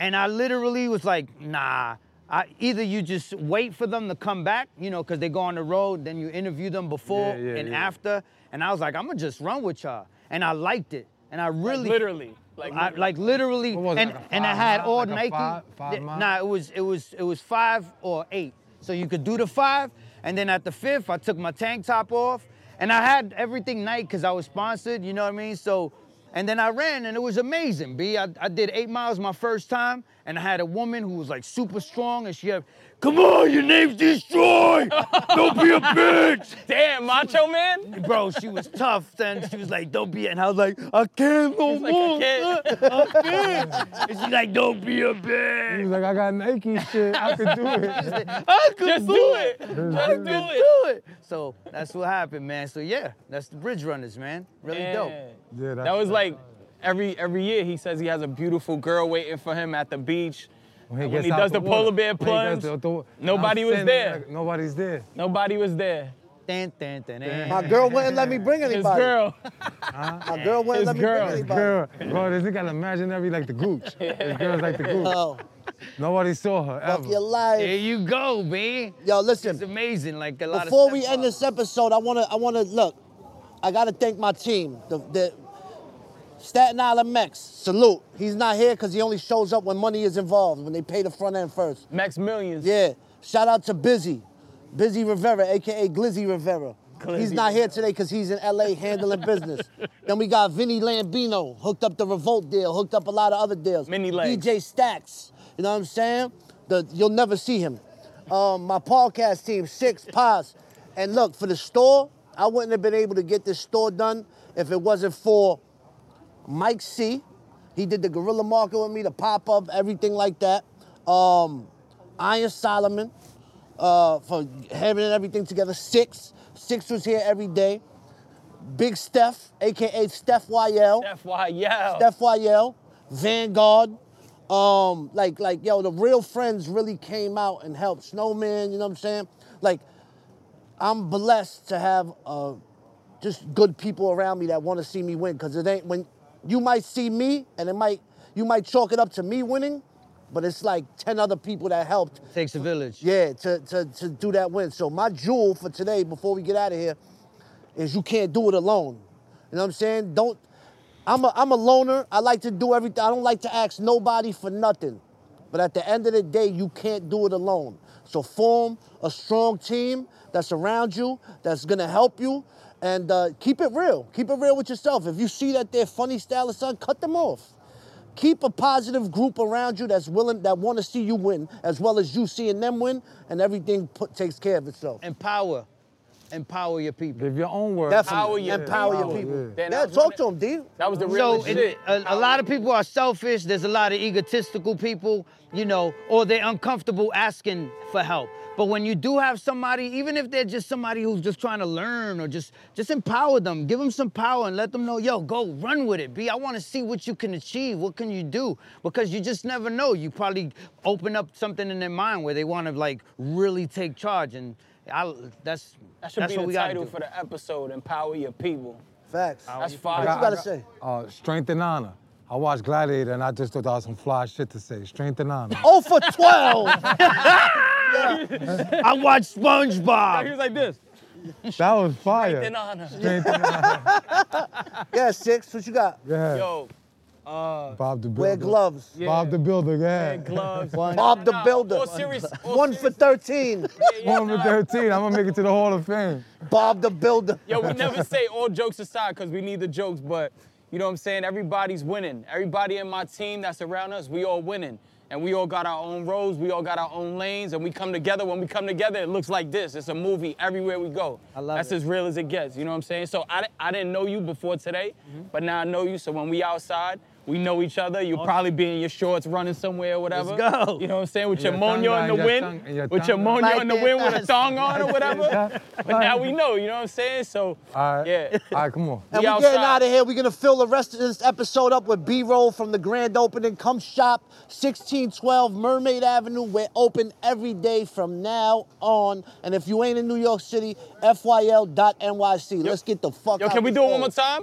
[SPEAKER 4] And I literally was like, nah. I, either you just wait for them to come back, you know, because they go on the road, then you interview them before
[SPEAKER 3] Yeah, yeah,
[SPEAKER 4] and
[SPEAKER 3] yeah.
[SPEAKER 4] after. And I was like, I'm gonna just run with y'all. And I liked it. And I really
[SPEAKER 2] literally, like
[SPEAKER 4] I, like literally
[SPEAKER 3] What was it,
[SPEAKER 4] and
[SPEAKER 3] like a
[SPEAKER 4] and I
[SPEAKER 3] five
[SPEAKER 4] had
[SPEAKER 3] mile-
[SPEAKER 4] all
[SPEAKER 3] like a
[SPEAKER 4] Nike.
[SPEAKER 3] five- five
[SPEAKER 4] th-
[SPEAKER 3] mile?
[SPEAKER 4] Nah, it was it was it was five or eight. So you could do the five, and then at the fifth, I took my tank top off, and I had everything Nike because I was sponsored. You know what I mean? So, and then I ran, and it was amazing. B, I, I did eight miles my first time, and I had a woman who was like super strong, and she had, "Come on, your name's Destroy. Don't be a bitch."
[SPEAKER 2] Damn, Macho Man.
[SPEAKER 4] Bro, she was tough. Then she was like, "Don't be," and I was like, "I can't no
[SPEAKER 2] like, "I
[SPEAKER 4] more."
[SPEAKER 2] can't."
[SPEAKER 4] I can't. And she's like, "Don't be a
[SPEAKER 3] He
[SPEAKER 4] bitch."
[SPEAKER 3] was like, I got Nike shit. I could do it.
[SPEAKER 4] I could
[SPEAKER 2] Just
[SPEAKER 4] do,
[SPEAKER 2] do
[SPEAKER 4] it.
[SPEAKER 2] it.
[SPEAKER 4] I
[SPEAKER 2] Just
[SPEAKER 4] could
[SPEAKER 2] do
[SPEAKER 4] do
[SPEAKER 2] it.
[SPEAKER 4] it. So that's what happened, man. So yeah, that's the Bridge Runners, man. Really
[SPEAKER 2] Yeah.
[SPEAKER 4] dope.
[SPEAKER 3] Yeah,
[SPEAKER 2] That was like every every year he says he has a beautiful girl waiting for him at the beach.
[SPEAKER 3] When
[SPEAKER 2] when
[SPEAKER 3] gets
[SPEAKER 2] he
[SPEAKER 3] out
[SPEAKER 2] does the polar
[SPEAKER 3] water,
[SPEAKER 2] bear
[SPEAKER 3] when he does
[SPEAKER 2] plunge,
[SPEAKER 3] the-
[SPEAKER 2] nobody
[SPEAKER 3] I'm
[SPEAKER 2] was
[SPEAKER 3] standing
[SPEAKER 2] there.
[SPEAKER 3] like, nobody's there.
[SPEAKER 2] Nobody was there.
[SPEAKER 4] Dun, dun, dun, dun.
[SPEAKER 5] My girl wouldn't let me bring
[SPEAKER 2] His
[SPEAKER 5] anybody.
[SPEAKER 2] girl.
[SPEAKER 5] My girl wouldn't
[SPEAKER 2] His
[SPEAKER 5] let me
[SPEAKER 2] girl,
[SPEAKER 5] bring
[SPEAKER 2] his
[SPEAKER 5] anybody.
[SPEAKER 3] Girl, bro, this nigga got imaginary like the gooch. This girl's like the gooch.
[SPEAKER 5] Oh,
[SPEAKER 3] Nobody saw her
[SPEAKER 5] fuck your
[SPEAKER 3] ever.
[SPEAKER 4] There
[SPEAKER 5] life.
[SPEAKER 4] you go, man.
[SPEAKER 5] Yo,
[SPEAKER 4] It's
[SPEAKER 5] listen.
[SPEAKER 4] amazing. Like a lot
[SPEAKER 5] Before
[SPEAKER 4] of.
[SPEAKER 5] we
[SPEAKER 4] step
[SPEAKER 5] end
[SPEAKER 4] ups.
[SPEAKER 5] this episode, I wanna, I wanna look. I gotta thank my team. The, the Staten Island Mex. Salute. He's not here because he only shows up when money is involved. When they pay the front end first.
[SPEAKER 2] Max Millions.
[SPEAKER 5] Yeah. Shout out to Busy. Busy Rivera, aka Glizzy Rivera. he's not here today because he's in LA handling business. then we got Vinny Lambino, hooked up the Revolt deal, hooked up a lot of other deals.
[SPEAKER 2] Mini legs.
[SPEAKER 5] DJ Stacks. You know what I'm saying? The, you'll never see him. Um, my podcast team, Six Pods. And look, for the store, I wouldn't have been able to get this store done if it wasn't for Mike C. He did the guerrilla market with me, the pop up, everything like that. Um, Iron Solomon uh, for having everything together. Six, Six was here every day. Big Steph, aka Steph YL,
[SPEAKER 2] FYL.
[SPEAKER 5] Steph YL, Vanguard. Um, like like yo, the real friends really came out and helped Snowman. You know what I'm saying? Like, I'm blessed to have uh, just good people around me that want to see me win. Cause it ain't when you might see me and it might you might chalk it up to me winning, but it's like ten other people that helped
[SPEAKER 4] Takes a village.
[SPEAKER 5] yeah, to, to, to do that win. So my jewel for today, before we get out of here, is you can't do it alone. You know what I'm saying? Don't. I'm a, I'm a loner. I like to do everything. I don't like to ask nobody for nothing. But at the end of the day, you can't do it alone. So form a strong team that's around you, that's gonna help you, and uh, keep it real. Keep it real with yourself. If you see that they're funny style of son, cut them off keep a positive group around you that's willing that want to see you win as well as you seeing them win and everything put, takes care of itself
[SPEAKER 4] Empower. Empower your people.
[SPEAKER 3] Give your own word.
[SPEAKER 5] definitely
[SPEAKER 2] your
[SPEAKER 5] empower your
[SPEAKER 2] people.
[SPEAKER 5] people
[SPEAKER 2] Then
[SPEAKER 5] yeah
[SPEAKER 2] I was
[SPEAKER 5] talk to them
[SPEAKER 2] wondering-
[SPEAKER 5] d
[SPEAKER 2] That was the real
[SPEAKER 4] So
[SPEAKER 2] shit.
[SPEAKER 4] it, a, a lot of people are selfish. There's a lot of egotistical people, you know, or they're uncomfortable asking for help. But when you do have somebody, even if they're just somebody who's just trying to learn or just just empower them, give them some power and let them know, yo, go run with it. B, I want to see what you can achieve. What can you do? Because you just never know. You probably open up something in their mind where they want to like really take charge. And I, that's
[SPEAKER 2] that should
[SPEAKER 4] that's
[SPEAKER 2] be
[SPEAKER 4] what
[SPEAKER 2] the
[SPEAKER 4] we got to
[SPEAKER 2] title
[SPEAKER 4] do.
[SPEAKER 2] for the episode. Empower your people.
[SPEAKER 5] facts
[SPEAKER 2] That's
[SPEAKER 5] what
[SPEAKER 2] fire.
[SPEAKER 5] you gotta say
[SPEAKER 3] Uh, strength and honor. I watched Gladiator and I just thought that was some fly shit to say. Strength and honor.
[SPEAKER 5] oh for 12
[SPEAKER 4] I watched SpongeBob.
[SPEAKER 2] He was like this.
[SPEAKER 3] That was fire.
[SPEAKER 2] Then honor.
[SPEAKER 3] Strength and honor.
[SPEAKER 5] yeah six what you got
[SPEAKER 3] Yeah.
[SPEAKER 2] Yo, uh,
[SPEAKER 3] Bob the Builder.
[SPEAKER 5] wear gloves
[SPEAKER 3] Bob the Builder, yeah.
[SPEAKER 2] gloves.
[SPEAKER 5] bob the
[SPEAKER 2] Nah,
[SPEAKER 5] builder
[SPEAKER 2] all serious- all
[SPEAKER 5] one for
[SPEAKER 2] serious-
[SPEAKER 5] 13
[SPEAKER 3] Born with 13. I'm gonna make it to the Hall of Fame.
[SPEAKER 5] bob the builder
[SPEAKER 2] Yo, we never say all jokes aside because we need the jokes, but you know what I'm saying? Everybody's winning. Everybody in my team that's around us, we all winning. And we all got our own roads, we all got our own lanes, and we come together. When we come together, it looks like this. It's a movie everywhere we go. I
[SPEAKER 4] love
[SPEAKER 2] That's
[SPEAKER 4] it.
[SPEAKER 2] as real as it gets, you know what I'm saying? So I, di- I didn't know you before today, but now I know you. So when we outside, we know each other. You'll probably be in your shorts running somewhere or whatever.
[SPEAKER 4] Let's go.
[SPEAKER 2] You know what I'm saying? With
[SPEAKER 3] And
[SPEAKER 2] your moño
[SPEAKER 3] your tongue
[SPEAKER 2] in the
[SPEAKER 3] out, your tongue- and your
[SPEAKER 2] wind, with your
[SPEAKER 3] tongue out.
[SPEAKER 2] moño in the
[SPEAKER 4] Like
[SPEAKER 2] wind with a
[SPEAKER 4] this.
[SPEAKER 2] thong on or whatever.
[SPEAKER 3] Yeah.
[SPEAKER 2] But now we know, you know what I'm saying? So
[SPEAKER 3] All right.
[SPEAKER 2] yeah.
[SPEAKER 3] All right, come on.
[SPEAKER 5] And
[SPEAKER 2] We
[SPEAKER 5] we're getting
[SPEAKER 2] outside.
[SPEAKER 5] out of here. We're gonna fill the rest of this episode up with B-roll from the grand opening. Come shop 1612 Mermaid Avenue. We're open every day from now on. And if you ain't in New York City, FYL.NYC. Let's get the fuck
[SPEAKER 2] Yo,
[SPEAKER 5] out
[SPEAKER 2] can we
[SPEAKER 5] this
[SPEAKER 2] do it
[SPEAKER 5] hole.
[SPEAKER 2] one more time?